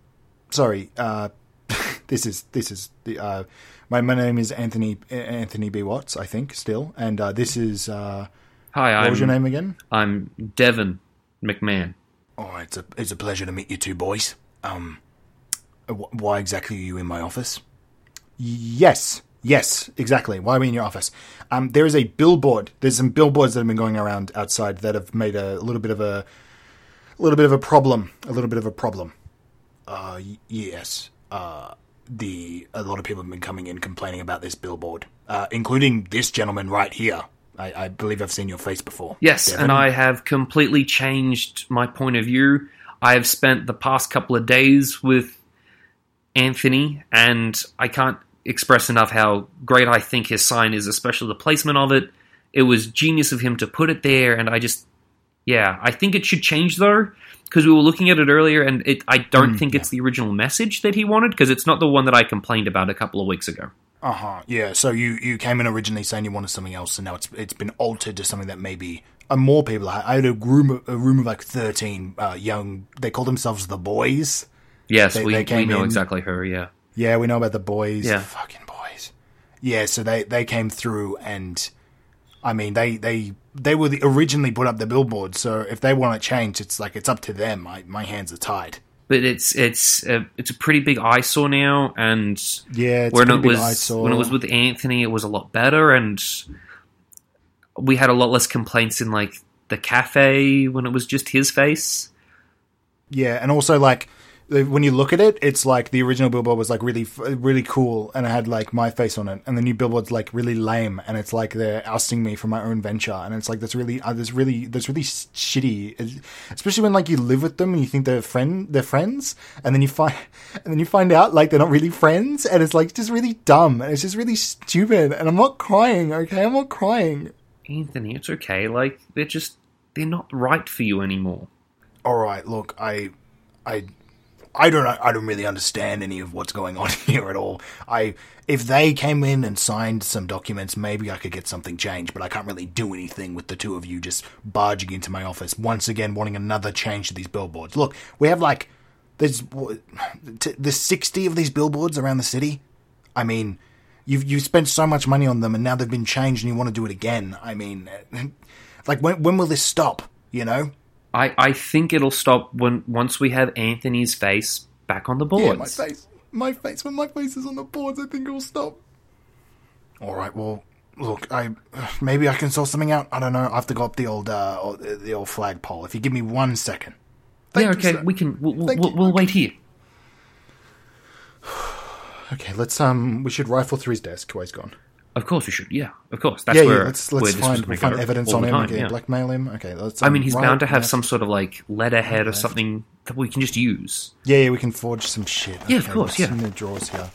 Speaker 1: sorry. Uh, this is this is the. Uh, my my name is Anthony A- Anthony B Watts. I think still, and uh, this is uh,
Speaker 2: Hi,
Speaker 1: what
Speaker 2: I'm
Speaker 1: was your name again?
Speaker 2: I'm Devin McMahon.
Speaker 1: Oh, it's a it's a pleasure to meet you two boys. Um, wh- why exactly are you in my office? Yes, yes, exactly. Why are we in your office? Um, there is a billboard. There's some billboards that have been going around outside that have made a little bit of a, a little bit of a problem. A little bit of a problem. Uh, y- yes. Uh, the a lot of people have been coming in complaining about this billboard, uh, including this gentleman right here. I, I believe I've seen your face before.
Speaker 2: Yes,
Speaker 1: Devin?
Speaker 2: and I have completely changed my point of view. I have spent the past couple of days with Anthony, and I can't express enough how great I think his sign is, especially the placement of it. It was genius of him to put it there, and I just, yeah, I think it should change though, because we were looking at it earlier, and it, I
Speaker 1: Mm,
Speaker 2: don't think it's the original message that he wanted, because it's not the one that I complained about a couple of weeks ago.
Speaker 1: Uh huh. Yeah. So you you came in originally saying you wanted something else, and now it's it's been altered to something that maybe uh, more people. I, I had a room of- a room of like thirteen uh, young. They call themselves the boys.
Speaker 2: Yes,
Speaker 1: They-
Speaker 2: we,
Speaker 1: they
Speaker 2: we
Speaker 1: came
Speaker 2: know
Speaker 1: in-
Speaker 2: exactly her, yeah.
Speaker 1: Yeah, we know about the boys.
Speaker 2: Yeah.
Speaker 1: Fucking boys. Yeah. So they they came through, and I mean they they they were the, originally put up the billboard. So if they want to change, it's like it's up to them. I, my hands are tied.
Speaker 2: but it's it's a, it's a pretty big eyesore now, and
Speaker 1: Yeah. It's
Speaker 2: when
Speaker 1: pretty
Speaker 2: it
Speaker 1: big
Speaker 2: was
Speaker 1: eyesore.
Speaker 2: when it was with Anthony, it was a lot better, and we had a lot less complaints in like the cafe when it was just his face.
Speaker 1: Yeah, and also like the- when you look at it, it's like the original billboard was like really, f- really cool, and it had like my face on it, and the new billboard's like really lame, and it's like they're ousting me from my own venture, and it's like that's really, uh, that's really, that's really s- shitty, Es- especially when like you live with them and you think they're friend, they're friends, and then you find, and then you find out like they're not really friends, and it's like just really dumb, and it's just really stupid, and I'm not crying, okay, I'm not crying.
Speaker 2: Anthony, it's okay. Like they're just they're not right for you anymore.
Speaker 1: all right, look, I, I, I don't, I don't really understand any of what's going on here at all. I, if they came in and signed some documents, maybe I could get something changed, but I can't really do anything with the two of you just barging into my office once again, wanting another change to these billboards. Look, we have like, there's, wha- t- there's sixty of these billboards around the city. I mean. You've, you've spent so much money on them and now they've been changed and you want to do it again. I mean, like, when, when will this stop? You know?
Speaker 2: I I think it'll stop when once we have Anthony's face back on the
Speaker 1: Yeah,
Speaker 2: boards.
Speaker 1: my face. My face. When my face is on the boards, I think it'll stop. All right. Well, look. I maybe I can sort something out. I don't know. I have to go up the old uh, o- the old flagpole. If you give me one second.
Speaker 2: yeah,
Speaker 1: Thank you,
Speaker 2: okay,
Speaker 1: sir.
Speaker 2: we can we'll, we'll,
Speaker 1: Thank you.
Speaker 2: we'll, we'll wait here.
Speaker 1: Okay. Let's um. We should rifle through his desk. Where he's gone.
Speaker 2: Of course we should. Yeah, of course. That's
Speaker 1: Yeah.
Speaker 2: where
Speaker 1: yeah. Let's let's
Speaker 2: where this was
Speaker 1: find
Speaker 2: gonna
Speaker 1: we'll find
Speaker 2: go
Speaker 1: evidence
Speaker 2: all
Speaker 1: on
Speaker 2: the
Speaker 1: him.
Speaker 2: time,
Speaker 1: okay.
Speaker 2: yeah.
Speaker 1: Blackmail him. Okay. Let's.
Speaker 2: I
Speaker 1: um,
Speaker 2: mean, he's
Speaker 1: right,
Speaker 2: bound to have
Speaker 1: left.
Speaker 2: some sort of like letterhead or something that we can just use.
Speaker 1: Yeah. Yeah. We can forge some shit.
Speaker 2: Yeah, of
Speaker 1: Okay,
Speaker 2: course,
Speaker 1: what's
Speaker 2: yeah.
Speaker 1: In the drawers here.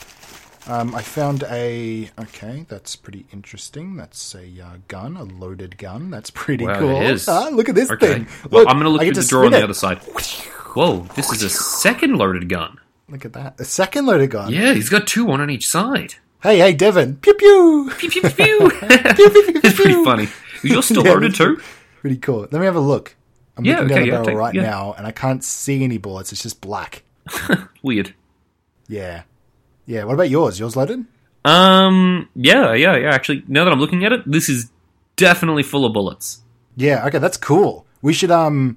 Speaker 1: Um, I found a okay. That's pretty interesting. That's a uh, gun, a loaded gun. That's pretty
Speaker 2: Wow,
Speaker 1: cool.
Speaker 2: it is.
Speaker 1: Ah, look at this
Speaker 2: Okay.
Speaker 1: thing.
Speaker 2: Well, I'm going to look
Speaker 1: I get
Speaker 2: through the
Speaker 1: to
Speaker 2: drawer on
Speaker 1: spin
Speaker 2: the
Speaker 1: it.
Speaker 2: other side. Whoa, this is a second loaded gun.
Speaker 1: Look at that. A second loaded gun.
Speaker 2: Yeah, he's got two, one on each side.
Speaker 1: Hey, hey, Devin. Pew pew.
Speaker 2: Pew, pew, pew, pew. it's pretty funny. You're still
Speaker 1: Yeah,
Speaker 2: loaded
Speaker 1: that's
Speaker 2: too?
Speaker 1: Pretty cool. Let me have a look. I'm
Speaker 2: Yeah,
Speaker 1: looking
Speaker 2: okay,
Speaker 1: down the
Speaker 2: yeah,
Speaker 1: barrel
Speaker 2: take-
Speaker 1: right
Speaker 2: yeah.
Speaker 1: now, and I can't see any bullets. It's just black.
Speaker 2: Weird.
Speaker 1: Yeah, yeah. What about yours? Yours loaded?
Speaker 2: Um, yeah, yeah, yeah. Actually, now that I'm looking at it, this is definitely full of bullets.
Speaker 1: Yeah. Okay, that's cool. We should um.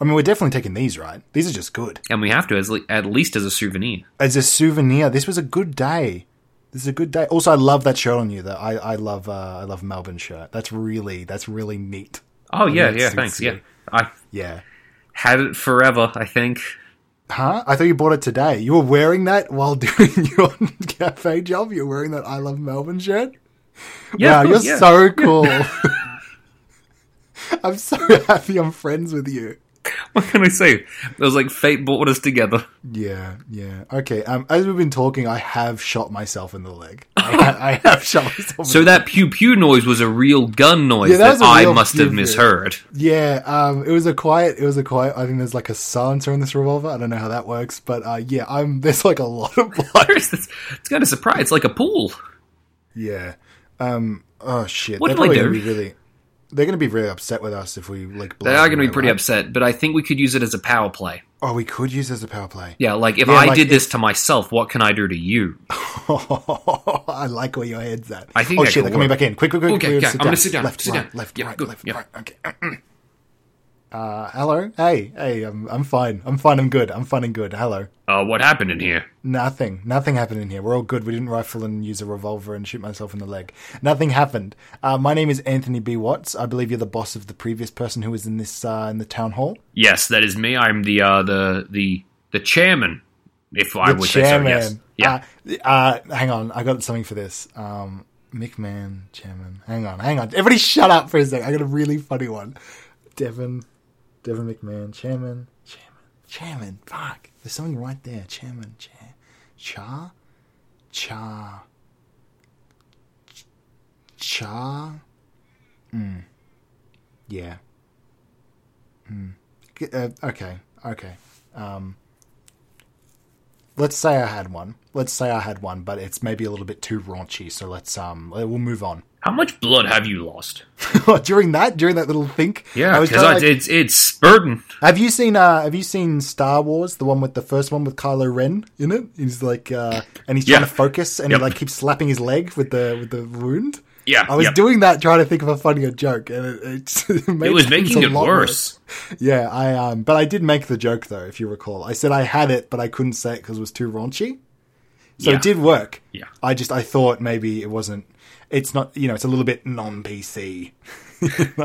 Speaker 1: I mean, we're definitely taking these, right? These are just good.
Speaker 2: And we have to, as le- at least as a souvenir.
Speaker 1: as a souvenir. This was a good day. This is a good day. Also, I love that shirt on you. That I, I love. Uh, I love Melbourne shirt. That's really that's really neat.
Speaker 2: Oh, yeah,
Speaker 1: that
Speaker 2: yeah,
Speaker 1: suits
Speaker 2: thanks.
Speaker 1: you.
Speaker 2: Yeah. I
Speaker 1: Yeah,
Speaker 2: had it forever, I think.
Speaker 1: Huh? I thought you bought it today. You were wearing that while doing your cafe job. You're wearing that "I Love Melbourne" shirt.
Speaker 2: Yeah,
Speaker 1: wow,
Speaker 2: of
Speaker 1: you're
Speaker 2: course, yeah.
Speaker 1: so cool. I'm so happy I'm friends with you.
Speaker 2: What can I say? It was like fate brought us together.
Speaker 1: Yeah, yeah. Okay. Um, as we've been talking, I have shot myself in the leg. I, ha- I have shot myself.
Speaker 2: So
Speaker 1: in the
Speaker 2: that pew pew noise was a real gun noise
Speaker 1: Yeah, that
Speaker 2: that,
Speaker 1: was a
Speaker 2: I
Speaker 1: real
Speaker 2: must
Speaker 1: pew
Speaker 2: have
Speaker 1: pew.
Speaker 2: misheard.
Speaker 1: yeah. Um, it was a quiet. It was a quiet. I think there's like a silencer on this revolver. I don't know how that works, but uh, yeah, I'm. There's like a lot of blood.
Speaker 2: Where is this? It's kind of surprise. It's like a pool.
Speaker 1: Yeah. Um. Oh shit.
Speaker 2: What
Speaker 1: they're
Speaker 2: do I
Speaker 1: probably
Speaker 2: do?
Speaker 1: gonna be really. They're gonna be really upset with us if we like.
Speaker 2: They are going to be pretty upset, but I think we could use it as a power play.
Speaker 1: Oh, we could use this as a power play.
Speaker 2: Yeah, like if
Speaker 1: Yeah,
Speaker 2: I
Speaker 1: like
Speaker 2: did this to myself, what can I do to you?
Speaker 1: I like where your head's at.
Speaker 2: I think
Speaker 1: Oh
Speaker 2: that
Speaker 1: shit!
Speaker 2: could
Speaker 1: They're coming
Speaker 2: work.
Speaker 1: back in. Quick, quick, quick!
Speaker 2: Okay,
Speaker 1: quick,
Speaker 2: okay,
Speaker 1: Sit
Speaker 2: I'm
Speaker 1: down.
Speaker 2: gonna sit down,
Speaker 1: Left,
Speaker 2: sit
Speaker 1: right,
Speaker 2: down.
Speaker 1: left,
Speaker 2: Yeah,
Speaker 1: right,
Speaker 2: good,
Speaker 1: left,
Speaker 2: yeah.
Speaker 1: right. Okay. Uh, hello. Hey, hey. I'm I'm fine. I'm fine. I'm good. I'm fine and good. Hello.
Speaker 2: Uh, what happened in here?
Speaker 1: Nothing. Nothing happened in here. We're all good. We didn't rifle and use a revolver and shoot myself in the leg. Nothing happened. Uh, my name is Anthony B. Watts. I believe you're the boss of the previous person who was in this uh, in the town hall.
Speaker 2: Yes, that is me. I'm the uh, the the the chairman. If I
Speaker 1: The
Speaker 2: would
Speaker 1: chairman.
Speaker 2: say so, yes. Yeah.
Speaker 1: Uh, uh, hang on, I got something for this. Um, McMahon, chairman. Hang on, hang on. Everybody, shut up for a sec. I got a really funny one. Devin, Devin McMahon, chairman, chairman, chairman. Fuck, there's something right there. Chairman, chair, cha, cha, Ch- cha. Mm. Yeah. Mm. G- Uh, okay. Okay. Um. Let's say I had one. Let's say I had one, but it's maybe a little bit too raunchy. So let's um, we'll move on.
Speaker 2: How much blood have you lost?
Speaker 1: during that, during that little think,
Speaker 2: Yeah,
Speaker 1: was
Speaker 2: because
Speaker 1: kinda like-
Speaker 2: it's it's spurting.
Speaker 1: Have you seen? Uh, have you seen Star Wars? The one with the first one with Kylo Ren in it. He's like, uh, and he's
Speaker 2: Yeah.
Speaker 1: trying to focus, and
Speaker 2: Yep.
Speaker 1: he like keeps slapping his leg with the with the wound.
Speaker 2: Yeah,
Speaker 1: I was
Speaker 2: yeah.
Speaker 1: doing that trying to think of a funnier joke, and it, it's- it, made
Speaker 2: It was
Speaker 1: things
Speaker 2: making
Speaker 1: a
Speaker 2: it
Speaker 1: lot
Speaker 2: worse.
Speaker 1: Yeah, I um, but I did make the joke though. If you recall, I said I had it, but I couldn't say it because it was too raunchy. So
Speaker 2: Yeah.
Speaker 1: it did work.
Speaker 2: Yeah.
Speaker 1: I just I thought maybe it wasn't. It's not. You know, it's a little bit non PC.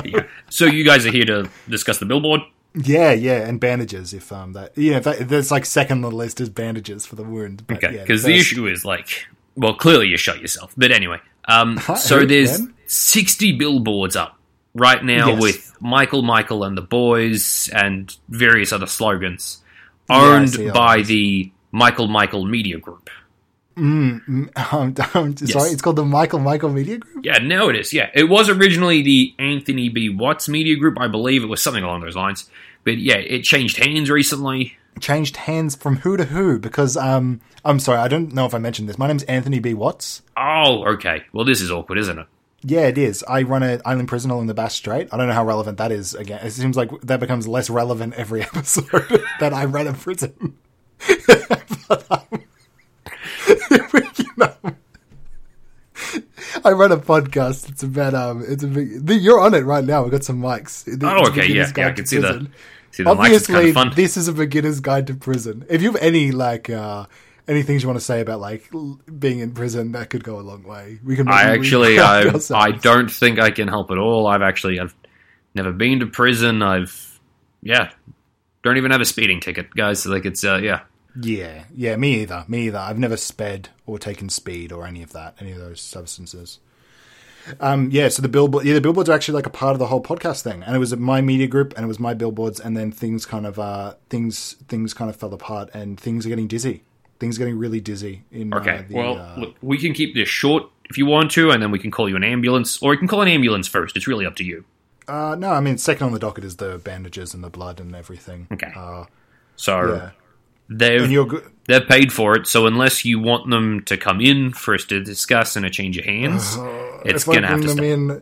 Speaker 2: Yeah. So you guys are here to discuss the billboard.
Speaker 1: Yeah, yeah, and bandages. If um, that yeah, if that, that's like second on the list is bandages for the wound. But
Speaker 2: Okay,
Speaker 1: yeah,
Speaker 2: because the
Speaker 1: first-
Speaker 2: issue is like, well, clearly you shot yourself. But anyway, um, so
Speaker 1: who,
Speaker 2: there's
Speaker 1: Ben?
Speaker 2: 60 billboards up right now
Speaker 1: Yes.
Speaker 2: with Michael, Michael, and the boys, and various other slogans
Speaker 1: I
Speaker 2: owned
Speaker 1: see all
Speaker 2: by the Michael Michael Media Group.
Speaker 1: Um, um, Sorry, it's called the Michael Michael Media Group.
Speaker 2: Yeah, now it is. Yeah, it was originally the Anthony B. Watts Media Group, I believe. It was something along those lines. But yeah, it changed hands recently.
Speaker 1: Changed hands from who to who because um, I'm sorry, I don't know if I mentioned this. My name's Anthony B. Watts.
Speaker 2: Oh, okay. Well, this is awkward, isn't it?
Speaker 1: Yeah, it is. I run an island prison along the Bass Strait. I don't know how relevant that is. Again, it seems like that becomes less relevant every episode that I run a prison. but, um, you know, I run a podcast. It's about um, it's a big. the- You're on it right now. We've got some mics. It's
Speaker 2: Oh,
Speaker 1: a
Speaker 2: okay.
Speaker 1: beginner's
Speaker 2: Yeah, yeah. I
Speaker 1: guide
Speaker 2: can
Speaker 1: to
Speaker 2: see that.
Speaker 1: prison.
Speaker 2: See the mics is kind
Speaker 1: Obviously,
Speaker 2: of fun.
Speaker 1: this is a beginner's guide to prison. If you have any like. uh any things you want to say about like l- being in prison that could go a long way. We can.
Speaker 2: I
Speaker 1: maybe we-
Speaker 2: actually, I,
Speaker 1: ourselves.
Speaker 2: I don't think I can help at all. I've actually, I've never been to prison. I've, yeah, don't even have a speeding ticket, guys. So like, it's, uh, yeah,
Speaker 1: Yeah, yeah, me either. Me either. I've never sped or taken speed or any of that, any of those substances. Um, yeah, so the billboard, yeah, the billboards are actually like a part of the whole podcast thing, and it was my media group, and it was my billboards, and then things kind of, uh, things, things kind of fell apart, and things are getting dizzy. Things are getting really dizzy. In
Speaker 2: okay.
Speaker 1: uh, the,
Speaker 2: well,
Speaker 1: uh,
Speaker 2: look, we can keep this short if you want to, and then we can call you an ambulance, or you can call an ambulance first. It's really up to you.
Speaker 1: uh, no, I mean, second on the docket is the bandages and the blood and everything.
Speaker 2: Okay.
Speaker 1: Uh,
Speaker 2: So
Speaker 1: yeah, and
Speaker 2: they've
Speaker 1: you're good.
Speaker 2: they've paid for it. So unless you want them to come in for us to discuss and a change of hands, it's
Speaker 1: Uh, if I
Speaker 2: gonna have
Speaker 1: bring
Speaker 2: to
Speaker 1: them
Speaker 2: stop.
Speaker 1: in,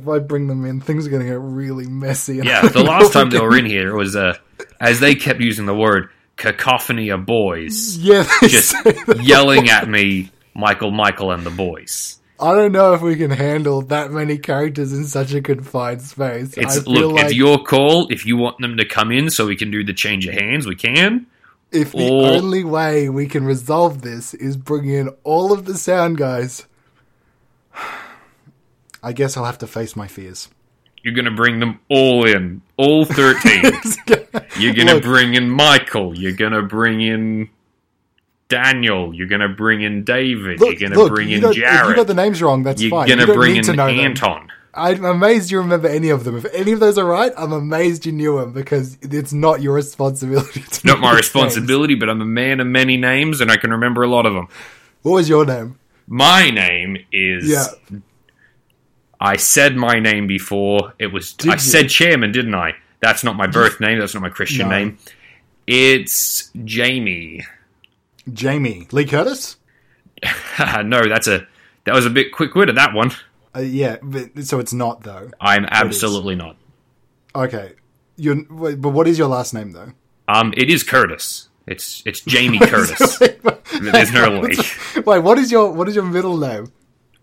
Speaker 1: if I bring them in, things are going to get really messy. and I
Speaker 2: Yeah, the
Speaker 1: don't know
Speaker 2: last
Speaker 1: if I
Speaker 2: time they
Speaker 1: can-
Speaker 2: were in here it was uh, as they kept using the word cacophony of boys,
Speaker 1: Yeah, they
Speaker 2: just
Speaker 1: say that.
Speaker 2: yelling at me, Michael, Michael, and the boys.
Speaker 1: I don't know if we can handle that many characters in such a confined space.
Speaker 2: It's
Speaker 1: I feel
Speaker 2: look,
Speaker 1: like
Speaker 2: it's your call. If you want them to come in so we can do the change of hands, we can.
Speaker 1: if the
Speaker 2: all-
Speaker 1: only way we can resolve this is bringing in all of the sound guys, I guess I'll have to face my fears.
Speaker 2: You're gonna bring them all in, all thirteen. You're gonna
Speaker 1: Look.
Speaker 2: bring in Michael. You're gonna bring in Daniel. You're gonna bring in David.
Speaker 1: Look,
Speaker 2: you're gonna
Speaker 1: look,
Speaker 2: bring
Speaker 1: you
Speaker 2: in
Speaker 1: don't- If you
Speaker 2: Jared.
Speaker 1: got the names wrong, that's
Speaker 2: You're
Speaker 1: fine.
Speaker 2: gonna
Speaker 1: you don't
Speaker 2: bring
Speaker 1: need to
Speaker 2: in
Speaker 1: know them.
Speaker 2: Anton.
Speaker 1: I'm amazed you remember any of them. If any of those are right, I'm amazed you knew them because it's not your responsibility. to
Speaker 2: Not
Speaker 1: know
Speaker 2: my
Speaker 1: these names.
Speaker 2: responsibility, but I'm a man of many names, and I can remember a lot of them.
Speaker 1: What was your name?
Speaker 2: My name is.
Speaker 1: Yeah.
Speaker 2: I said my name before. It was. I
Speaker 1: you?
Speaker 2: said chairman, didn't I? That's not my birth name. That's not my Christian
Speaker 1: No.
Speaker 2: name. It's Jamie.
Speaker 1: Jamie Lee Curtis.
Speaker 2: no, that's a. That was a bit quick witted. That one.
Speaker 1: Uh, yeah, but, so it's not though.
Speaker 2: I'm absolutely not.
Speaker 1: Okay, you. But what is your last name though?
Speaker 2: Um, it is Curtis. It's it's Jamie Curtis. There's no way.
Speaker 1: Wait, what is your what is your middle name?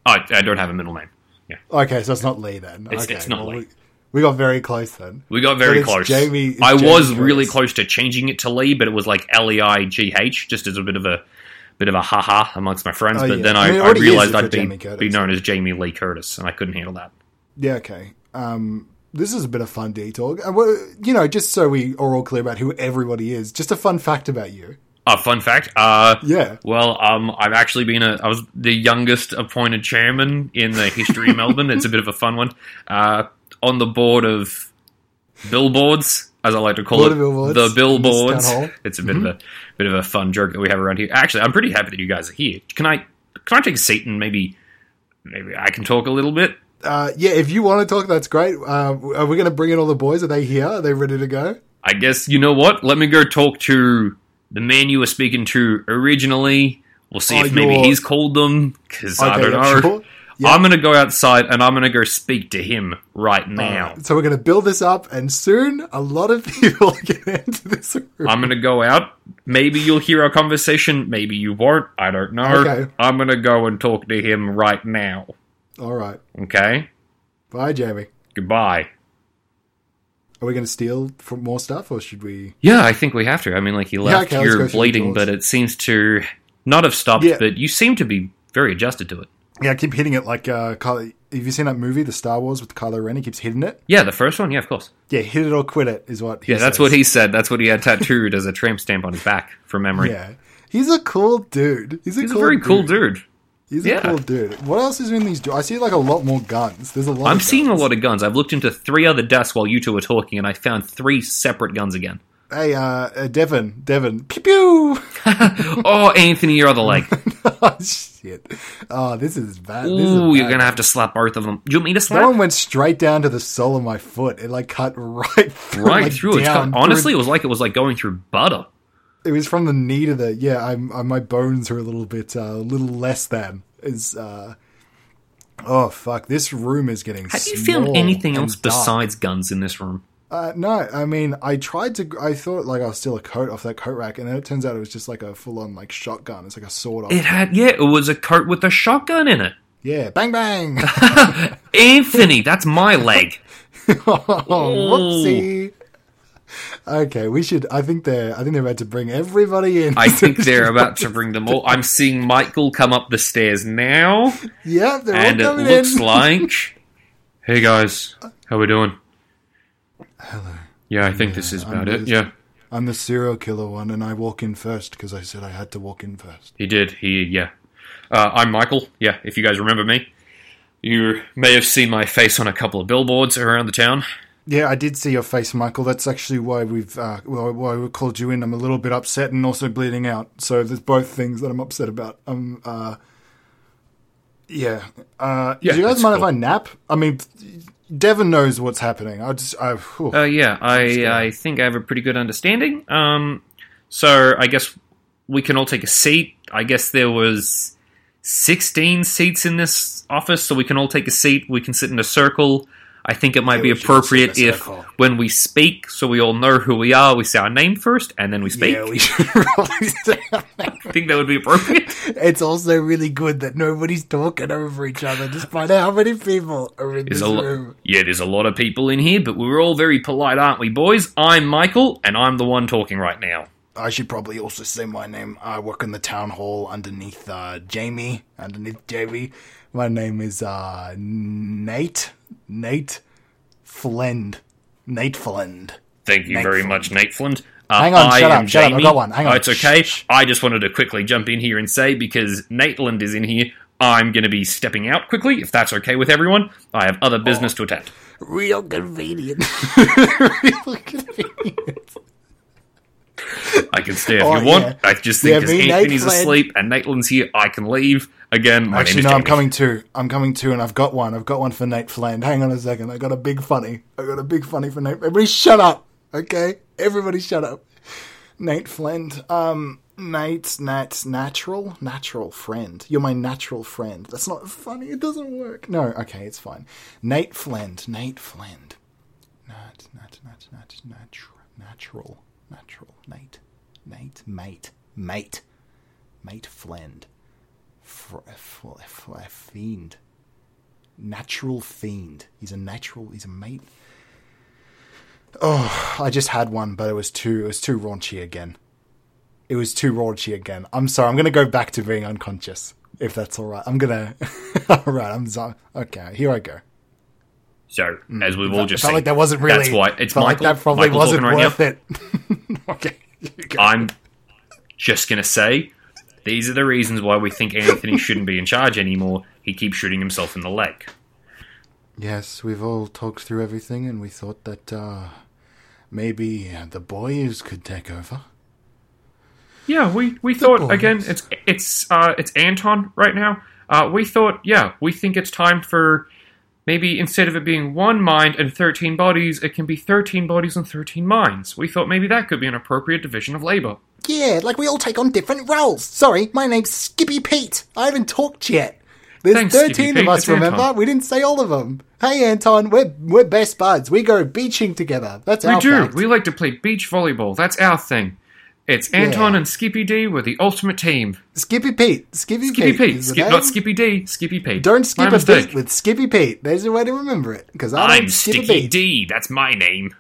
Speaker 2: I, I don't have a middle name. Yeah,
Speaker 1: Okay, so it's not Lee then.
Speaker 2: It's-
Speaker 1: okay,
Speaker 2: it's not Lee.
Speaker 1: We, we got very close then.
Speaker 2: we got very
Speaker 1: it's
Speaker 2: close.
Speaker 1: Jamie- it's
Speaker 2: I
Speaker 1: Jamie
Speaker 2: was really
Speaker 1: Curtis.
Speaker 2: close to changing it to Lee, but it was like L E I G H, just as a bit of a bit of a haha amongst my friends.
Speaker 1: Oh,
Speaker 2: but
Speaker 1: yeah.
Speaker 2: then
Speaker 1: I
Speaker 2: I,
Speaker 1: mean, it
Speaker 2: I,
Speaker 1: already is
Speaker 2: realized
Speaker 1: if
Speaker 2: I'd
Speaker 1: you're
Speaker 2: be,
Speaker 1: Jamie Curtis.
Speaker 2: be known as Jamie Lee Curtis, and I couldn't handle that.
Speaker 1: Yeah. Okay. Um, this is a bit of fun detour. Uh, well, You know, just so we are all clear about who everybody is. Just a fun fact about you.
Speaker 2: Uh, fun fact. Uh,
Speaker 1: Yeah.
Speaker 2: Well, um, I've actually been a. I was the youngest appointed chairman in the history of Melbourne. It's a bit of a fun one. Uh, on the board of billboards, as I like to call
Speaker 1: Board
Speaker 2: it,
Speaker 1: of billboards in
Speaker 2: the
Speaker 1: this
Speaker 2: billboards.
Speaker 1: town hall.
Speaker 2: It's a bit of a bit of a fun joke that we have around here. Actually, I'm pretty happy that you guys are here. Can I can I take a seat and maybe maybe I can talk a little bit?
Speaker 1: Uh, yeah. If you want to talk, that's great. Uh, are we going to bring in all the boys? Are they here? Are they ready to go?
Speaker 2: I guess you know what. Let me go talk to the man you were speaking to originally. We'll see
Speaker 1: Oh,
Speaker 2: if maybe
Speaker 1: you're-
Speaker 2: he's called them because I
Speaker 1: Okay,
Speaker 2: don't
Speaker 1: yeah,
Speaker 2: know.
Speaker 1: sure. Yeah.
Speaker 2: I'm gonna go outside and I'm gonna go speak to him right now.
Speaker 1: So we're going to build this up, and soon a lot of people are going to enter this room.
Speaker 2: I'm gonna go out. Maybe you'll hear our conversation. Maybe you won't. I don't know.
Speaker 1: Okay.
Speaker 2: I'm gonna go and talk to him right now.
Speaker 1: all right.
Speaker 2: Okay.
Speaker 1: Bye, Jamie.
Speaker 2: Goodbye.
Speaker 1: Are we going to steal from more stuff, or should we?
Speaker 2: Yeah, I think we have to. I mean, like he left
Speaker 1: okay, let's go
Speaker 2: you're
Speaker 1: through the
Speaker 2: bleeding,
Speaker 1: doors.
Speaker 2: but it seems to not have stopped.
Speaker 1: Yeah.
Speaker 2: But you seem to be very adjusted to it.
Speaker 1: Yeah, I keep hitting it like uh, Kylo. Have you seen that movie, The Star Wars with Kylo Ren? He keeps hitting it.
Speaker 2: Yeah, the first one. Yeah, of course.
Speaker 1: Yeah, hit it or quit it is what. He
Speaker 2: Yeah, that's
Speaker 1: says.
Speaker 2: what he said. That's what he had tattooed as a tramp stamp on his back from memory.
Speaker 1: Yeah, he's a cool dude. He's a,
Speaker 2: He's
Speaker 1: cool
Speaker 2: a very
Speaker 1: dude.
Speaker 2: cool dude.
Speaker 1: He's
Speaker 2: Yeah.
Speaker 1: a cool dude. What else is in these? Do- I see like a lot more guns. There's a lot.
Speaker 2: I'm
Speaker 1: of
Speaker 2: seeing a
Speaker 1: guns.
Speaker 2: lot of guns. I've looked into three other desks while you two were talking, and I found three separate guns again.
Speaker 1: Hey, uh, uh, Devon, Devon, pew pew.
Speaker 2: Oh, Anthony, your other leg.
Speaker 1: oh, shit. Oh, this is bad. this is
Speaker 2: Ooh, you're
Speaker 1: bad.
Speaker 2: gonna have to slap both of them. Do you want me to slap?
Speaker 1: That one went straight down to the sole of my foot. It like cut right through.
Speaker 2: right
Speaker 1: like,
Speaker 2: through. It's
Speaker 1: down
Speaker 2: cut- honestly,
Speaker 1: through-
Speaker 2: it was like it was like going through butter.
Speaker 1: it was from the knee to the yeah. I'm, I, my bones are a little bit, uh, a little less than is. Uh, oh fuck! This room is getting.
Speaker 2: Have you found anything else
Speaker 1: besides?
Speaker 2: besides guns in this room?
Speaker 1: Uh, no, I mean, I tried to. I thought like I'll steal a coat off that coat rack, and then it turns out it was just like a full-on like shotgun. It's like a sword off.
Speaker 2: It had yeah, it was a coat with a shotgun in it.
Speaker 1: yeah, bang bang.
Speaker 2: Anthony, that's my leg. Oh.
Speaker 1: Whoopsie. Okay, we should. I think they're. I think they're about to bring everybody in.
Speaker 2: I think they're about to bring them all. I'm seeing Michael come up the stairs now,
Speaker 1: yeah, they're
Speaker 2: and it
Speaker 1: all coming
Speaker 2: looks
Speaker 1: in.
Speaker 2: like. Hey guys, how we doing? Hello. Yeah, I think this is
Speaker 1: I'm
Speaker 2: about it.
Speaker 1: just-
Speaker 2: Yeah.
Speaker 1: I'm the serial killer one, and I walk in first because I said I had to walk in first.
Speaker 2: He did. He yeah. Uh, I'm Michael. Yeah, if you guys remember me, you may have seen my face on a couple of billboards around the town.
Speaker 1: Yeah, I did see your face, Michael. That's actually why we've uh, why why we called you in. I'm a little bit upset and also bleeding out. So there's both things that I'm upset about. Um, uh, yeah. Uh,
Speaker 2: Yeah,
Speaker 1: do you guys
Speaker 2: that's
Speaker 1: mind if
Speaker 2: cool.
Speaker 1: I nap? I mean, Devon knows what's happening. I just, I, whew.
Speaker 2: Uh, yeah, I I think I have a pretty good understanding. Um, so I guess we can all take a seat. I guess there was sixteen seats in this office, so we can all take a seat. We can sit in a circle. I think it might
Speaker 1: Yeah,
Speaker 2: be
Speaker 1: we should all sit in a
Speaker 2: appropriate if
Speaker 1: circle.
Speaker 2: when we speak, so we all know who we are, we say our name first, and then we speak.
Speaker 1: yeah, we should probably say
Speaker 2: I think that would be appropriate.
Speaker 1: It's also really good that nobody's talking over each other, despite how many people are in
Speaker 2: There's
Speaker 1: this
Speaker 2: a
Speaker 1: room.
Speaker 2: lo- yeah, there's a lot of people in here, but we're all very polite, aren't we, boys? I'm Michael, and I'm the one talking right now.
Speaker 1: I should probably also say my name. I work in the town hall underneath uh, Jamie. Underneath Jamie, my name is uh, Nate. Nate Flend. Nate Flend.
Speaker 3: Thank you
Speaker 1: Nate
Speaker 3: very
Speaker 1: Flynn.
Speaker 3: much, Nate Flint. Uh,
Speaker 1: Hang on,
Speaker 3: I
Speaker 1: shut
Speaker 3: am
Speaker 1: up, shut up, I've
Speaker 3: Jamie.
Speaker 1: got one, hang
Speaker 3: Oh,
Speaker 1: on.
Speaker 3: it's okay.
Speaker 1: Shh.
Speaker 3: I just wanted to quickly jump in here and say because Nateland is in here, I'm going to be stepping out quickly, if that's okay with everyone. I have other business to attend.
Speaker 1: Real convenient. Real convenient.
Speaker 3: I can stay if
Speaker 1: Oh,
Speaker 3: you want.
Speaker 1: yeah.
Speaker 3: I just
Speaker 1: Yeah,
Speaker 3: think because
Speaker 1: me, Nate
Speaker 3: Anthony's
Speaker 1: Flynn.
Speaker 3: asleep and Nateland's here, I can leave. Again, my
Speaker 1: Actually,
Speaker 3: name is
Speaker 1: no, I'm
Speaker 3: Jamie.
Speaker 1: coming to. I'm coming to, and I've got one. I've got one for Nate Fland. Hang on a second. I got a big funny. I got a big funny for Nate. Everybody shut up, okay? Everybody shut up. Nate Flynn. Um, Nate, Nat, natural, natural friend. You're my natural friend. That's not funny. It doesn't work. No, okay, it's fine. Nate Flynn. Nate Flynn. Nat, nat, nat, nat, natural, natural, natural. Nate, Nate, mate, mate, mate Flend. Fr- f- f- a fiend. Natural fiend. He's a natural. He's a mate. Oh, I just had one, but it was too. It was too raunchy again. It was too raunchy again. I'm sorry. I'm gonna go back to being unconscious, if that's all right. I'm gonna. all right. I'm sorry. Okay. Here I go.
Speaker 3: So, as we've all
Speaker 1: Felt-
Speaker 3: just
Speaker 1: felt
Speaker 3: seen,
Speaker 1: like that wasn't really.
Speaker 3: That's why it's
Speaker 1: felt
Speaker 3: Michael.
Speaker 1: Like that probably
Speaker 3: Michael
Speaker 1: wasn't
Speaker 3: talking right
Speaker 1: worth
Speaker 3: now.
Speaker 1: it. okay. you go.
Speaker 3: I'm just going to say these are the reasons why we think Anthony shouldn't be in charge anymore. He keeps shooting himself in the leg.
Speaker 1: Yes, we've all talked through everything, and we thought that uh, maybe uh, the boys could take over.
Speaker 3: Yeah, we, we thought
Speaker 1: boys.
Speaker 3: again. It's it's uh, it's Anton right now. Uh, we thought, yeah, we think it's time for maybe instead of it being one mind and thirteen bodies, it can be thirteen bodies and thirteen minds. We thought maybe that could be an appropriate division of labor.
Speaker 1: Yeah, like we all take on different roles. Sorry, my name's Skippy Pete. I haven't talked yet. There's
Speaker 3: Thanks, Skippy
Speaker 1: 13 of
Speaker 3: Pete.
Speaker 1: us,
Speaker 3: It's
Speaker 1: remember?
Speaker 3: Anton.
Speaker 1: We didn't say all of them. Hey, Anton, we're, we're best buds. We go beaching together. That's
Speaker 3: We
Speaker 1: our
Speaker 3: do.
Speaker 1: fact.
Speaker 3: We like to play beach volleyball. That's our thing. It's Anton and Skippy D. We're the ultimate team.
Speaker 1: Skippy Pete. Skippy,
Speaker 3: Skippy Pete,
Speaker 1: is the
Speaker 3: Skip,
Speaker 1: name.
Speaker 3: not Skippy D. Skippy Pete.
Speaker 1: Don't skip
Speaker 3: My
Speaker 1: a
Speaker 3: mistake.
Speaker 1: beat with Skippy Pete. There's a way to remember it. Because I
Speaker 3: I'm
Speaker 1: don't skip a
Speaker 3: Sticky
Speaker 1: beat.
Speaker 3: D. That's my name.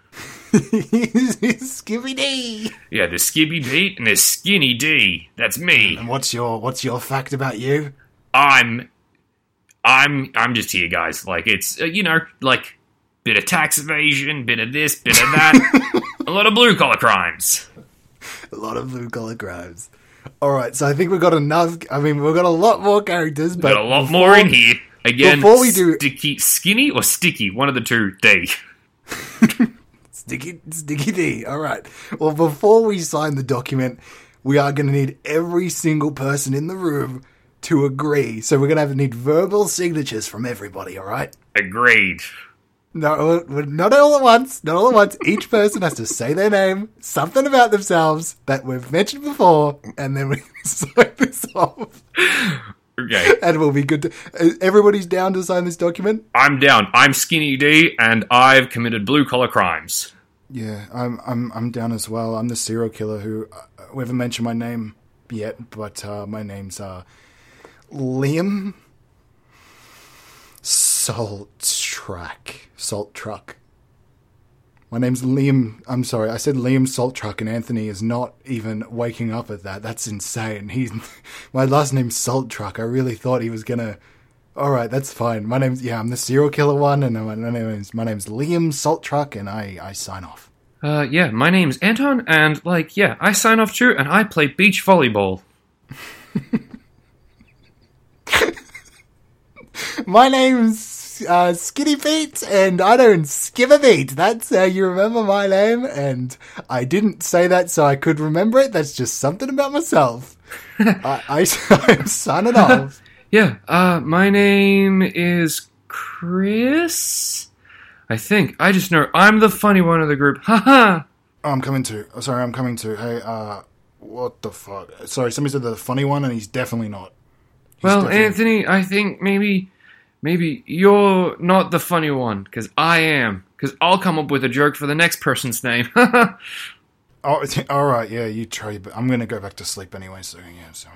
Speaker 1: Skippy D.
Speaker 3: Yeah, the Skippy Pete and the Skinny D. That's me.
Speaker 1: And what's your what's your fact about you?
Speaker 3: I'm, I'm, I'm just here, guys. Like it's uh, you know, like bit of tax evasion, bit of this, bit of that, a lot of blue collar crimes.
Speaker 1: A lot of blue collar crimes. All right, so I think we've got enough. I mean, we've got a lot more characters, but
Speaker 3: Got a lot more in here. Again,
Speaker 1: Uh, before we do-
Speaker 3: sticky, skinny or sticky, one of the two. D.
Speaker 1: Sticky, sticky D. All right. Well, before we sign the document, we are going to need every single person in the room to agree. So we're going to have to need verbal signatures from everybody. All right.
Speaker 3: Agreed.
Speaker 1: No, we're- not all at once. Not all at once. Each person has to say their name, something about themselves that we've mentioned before, and then we sign this off.
Speaker 3: Okay,
Speaker 1: And we'll be good. To, uh, everybody's down to sign this document.
Speaker 3: I'm down. I'm Skinny D, and I've committed blue collar crimes.
Speaker 1: Yeah, I'm I'm I'm down as well. I'm the serial killer who uh, we haven't mentioned my name yet, but uh, my name's uh, Liam Salt Truck. Salt Truck. My name's Liam. I'm sorry, I said Liam Salt Truck, and Anthony is not even waking up at that. That's insane. He's my last name's Salt Truck. I really thought he was gonna. All right, that's fine. My name's yeah, I'm the serial killer one, and my, my name's my name's Liam Salt Truck, and I I sign off.
Speaker 3: Uh, yeah, my name's Anton, and like, yeah, I sign off too, and I play beach volleyball.
Speaker 1: My name's uh, Skinny Pete, and I don't skip a beat. That's how you remember my name, and I didn't say that so I could remember it. That's just something about myself. I, I I'm signing off.
Speaker 3: Yeah, uh, my name is Chris. I think I just know I'm the funny one of the group. Haha.
Speaker 1: Oh, I'm coming to. Oh, sorry, I'm coming to. Hey, uh, what the fuck? Sorry, somebody said the funny one, and he's definitely not. He's
Speaker 3: Well,
Speaker 1: definitely-
Speaker 3: Anthony, I think maybe, maybe you're not the funny one because I am. Because I'll come up with a joke for the next person's name.
Speaker 1: Oh, it's- all right, yeah, you try, but I'm gonna go back to sleep anyway. So yeah, so.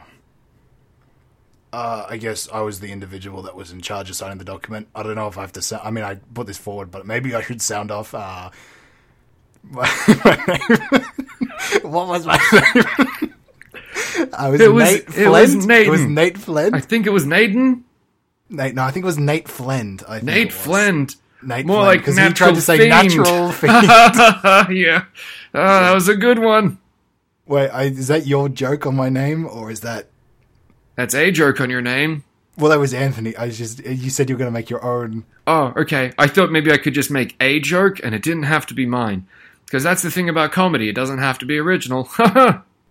Speaker 1: Uh, I guess I was the individual that was in charge of signing the document. I don't know if I have to. Sa- I mean, I put this forward, but maybe I should sound off. Uh, what was my name? I was
Speaker 3: It was-
Speaker 1: Nate
Speaker 3: it was
Speaker 1: Flend. It was
Speaker 3: Nathan.
Speaker 1: Nate
Speaker 3: I
Speaker 1: Flend.
Speaker 3: think it was Naden.
Speaker 1: Nate, no, I think it was Nate Flend. I think
Speaker 3: Nate
Speaker 1: it was.
Speaker 3: Flend.
Speaker 1: Nate
Speaker 3: More
Speaker 1: Flynn,
Speaker 3: like
Speaker 1: 'cause he
Speaker 3: natural
Speaker 1: tried to say
Speaker 3: fiend.
Speaker 1: natural fiend.
Speaker 3: yeah. Oh, that was a good one.
Speaker 1: Wait, I, is that your joke on my name, or is that?
Speaker 3: That's a joke on your name.
Speaker 1: Well, that was Anthony. I just you said you were going to make your own.
Speaker 3: Oh, okay. I thought maybe I could just make a joke and it didn't have to be mine. Because that's the thing about comedy, it doesn't have to be original.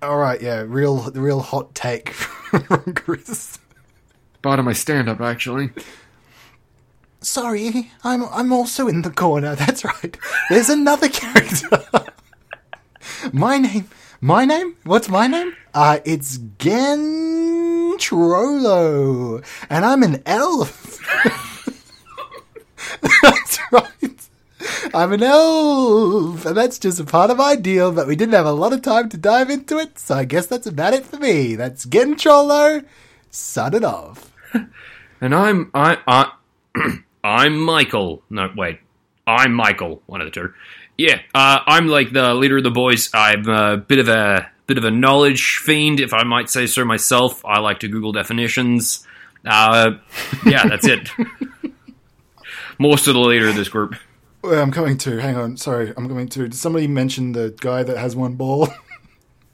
Speaker 1: All right, yeah, real, the real hot take from Chris.
Speaker 3: Part of my stand up, actually.
Speaker 1: Sorry, I'm I'm also in the corner. That's right. There's another character. my name, my name. What's my name? Uh, it's Gentrolo, and I'm an elf. that's right. I'm an elf, and that's just a part of my deal. But we didn't have a lot of time to dive into it, so I guess that's about it for me. That's Gentrolo. Sod it off.
Speaker 2: And I'm
Speaker 3: uh,
Speaker 2: I I I'm Michael. No, wait. I'm Michael. One of the two. Yeah, uh, I'm like the leader of the boys. I'm a bit of a bit of a knowledge fiend, if I might say so myself. I like to Google definitions. Uh, yeah, that's it. Most of the leader of this group.
Speaker 1: Well, I'm coming to. Hang on. Sorry, I'm coming to. Did somebody mention the guy that has one ball?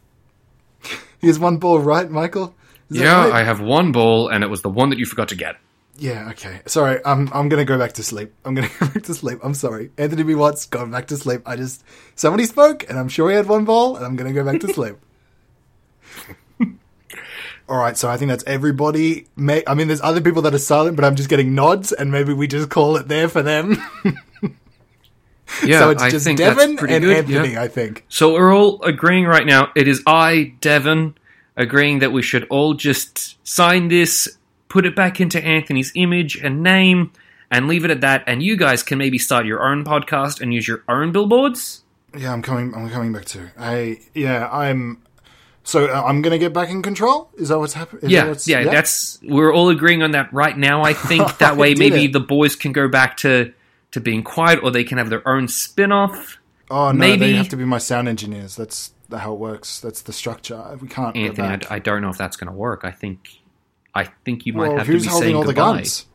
Speaker 1: he has one ball, right, Michael? Is that
Speaker 3: Yeah,
Speaker 1: right?
Speaker 3: I have one ball, and it was the one that you forgot to get.
Speaker 1: Yeah, okay. Sorry, I'm I'm gonna go back to sleep. I'm gonna go back to sleep. I'm sorry. Anthony B. Watts gone back to sleep. I just somebody spoke and I'm sure he had one ball and I'm gonna go back to sleep. Alright, so I think that's everybody. May I mean there's other people that are silent, but I'm just getting nods and maybe we just call it there for them.
Speaker 3: Yeah,
Speaker 1: so it's
Speaker 3: I
Speaker 1: just
Speaker 3: think
Speaker 1: Devin
Speaker 3: that's
Speaker 1: and
Speaker 3: pretty good.
Speaker 1: Anthony,
Speaker 3: yeah.
Speaker 1: I think.
Speaker 2: So we're all
Speaker 3: uh,
Speaker 2: agreeing right now. It is I, Devon, agreeing that we should all just sign this, put it back into Anthony's image and name, and leave it at that. And you guys can maybe start your own podcast and use your own billboards.
Speaker 1: Yeah, I'm coming I'm coming back to. I yeah, I'm so uh, I'm gonna get back in control? Is that what's happening?
Speaker 2: Yeah, yeah, that's we're all agreeing on that right now. I think that way
Speaker 1: did
Speaker 2: maybe
Speaker 1: it.
Speaker 2: the boys can go back to to being quiet, or they can have their own spin-off.
Speaker 1: Oh no, they
Speaker 2: Maybe-
Speaker 1: have to be my sound engineers. That's how it works. That's the structure. We can't. go
Speaker 2: Anthony, I,
Speaker 1: back.
Speaker 2: I don't know if that's going to work. I think, I think you might
Speaker 1: well,
Speaker 2: have to be
Speaker 1: who's holding
Speaker 2: saying
Speaker 1: all the
Speaker 2: goodbye.
Speaker 1: guns?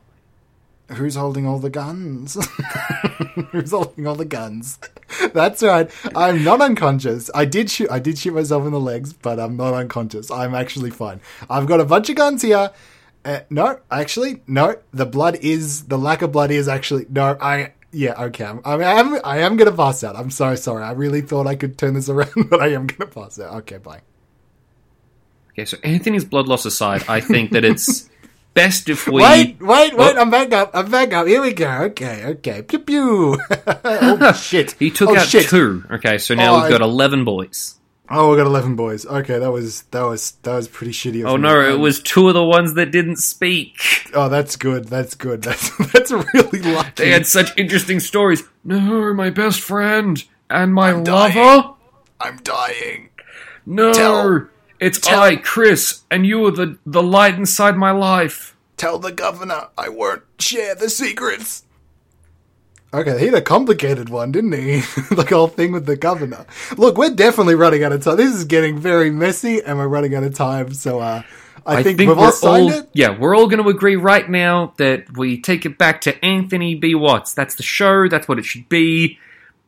Speaker 1: Who's holding all the guns? who's holding all the guns? That's right. I'm not unconscious. I did shoot. I did shoot myself in the legs, but I'm not unconscious. I'm actually fine. I've got a bunch of guns here. Uh, no, actually, no. The blood is the lack of blood is actually no. I yeah okay. I'm, I am I am gonna pass out. I'm so sorry. I really thought I could turn this around, but I am gonna pass out. Okay, bye.
Speaker 2: Okay, so Anthony's blood loss aside, I think that it's best if we.
Speaker 1: Wait, wait, wait!
Speaker 2: Oh.
Speaker 1: I'm back up. I'm back up. Here we go. Okay, okay. Pew pew. oh shit!
Speaker 2: He took
Speaker 1: oh,
Speaker 2: out
Speaker 1: shit.
Speaker 2: two. Okay, so now
Speaker 1: Oh,
Speaker 2: we've got eleven boys.
Speaker 1: Oh, we got eleven boys. Okay, that was that was that was pretty shitty. of
Speaker 2: Oh
Speaker 1: me.
Speaker 2: no, it
Speaker 1: Um,
Speaker 2: was two of the ones that didn't speak.
Speaker 1: Oh, that's good. That's good. That's that's really lucky.
Speaker 2: They had such interesting stories.
Speaker 3: No, my best friend and my lover.
Speaker 1: dying. I'm dying.
Speaker 3: No,
Speaker 1: Tell-
Speaker 3: it's
Speaker 1: tell-
Speaker 3: I, Chris, and you are the the light inside my life.
Speaker 1: Tell the governor I won't share the secrets. Okay, he had a complicated one, didn't he? the whole thing with the governor. Look, we're definitely running out of time. This is getting very messy, and we're running out of time. So, uh, I,
Speaker 2: I
Speaker 1: think,
Speaker 2: think,
Speaker 1: we've
Speaker 2: we're
Speaker 1: all signed
Speaker 2: all
Speaker 1: it.
Speaker 2: yeah, we're all going to agree right now that we take it back to Anthony B. Watts. That's the show. That's what it should be.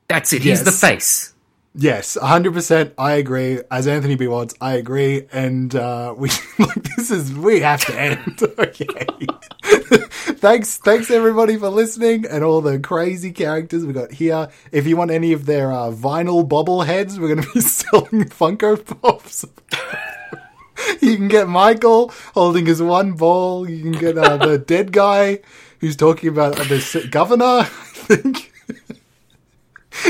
Speaker 2: That's it. He's the
Speaker 1: Yes.
Speaker 2: face.
Speaker 1: Yes, 100%. I agree. As Anthony B. Watts, I agree. And uh, we like, this is we have to end. okay. thanks, thanks everybody for listening and all the crazy characters we got here. If you want any of their uh, vinyl bobbleheads, we're going to be selling Funko Pops. you can get Michael holding his one ball. You can get uh, the dead guy who's talking about uh, the governor. I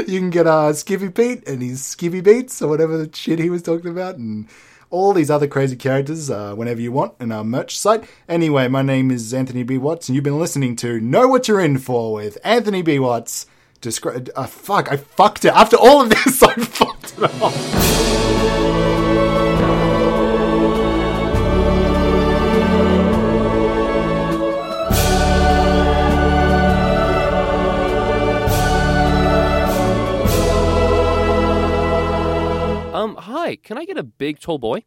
Speaker 1: think you can get uh, Skippy Pete and his Skippy Beats or whatever the shit he was talking about, and all these other crazy characters uh, whenever you want in our merch site. Anyway, my name is Anthony B. Watts, and you've been listening to Know What You're In For with Anthony B. Watts. Descri- uh, fuck, I fucked it. After all of this, I fucked it up.
Speaker 4: Um, hi, can I get a big tall boy?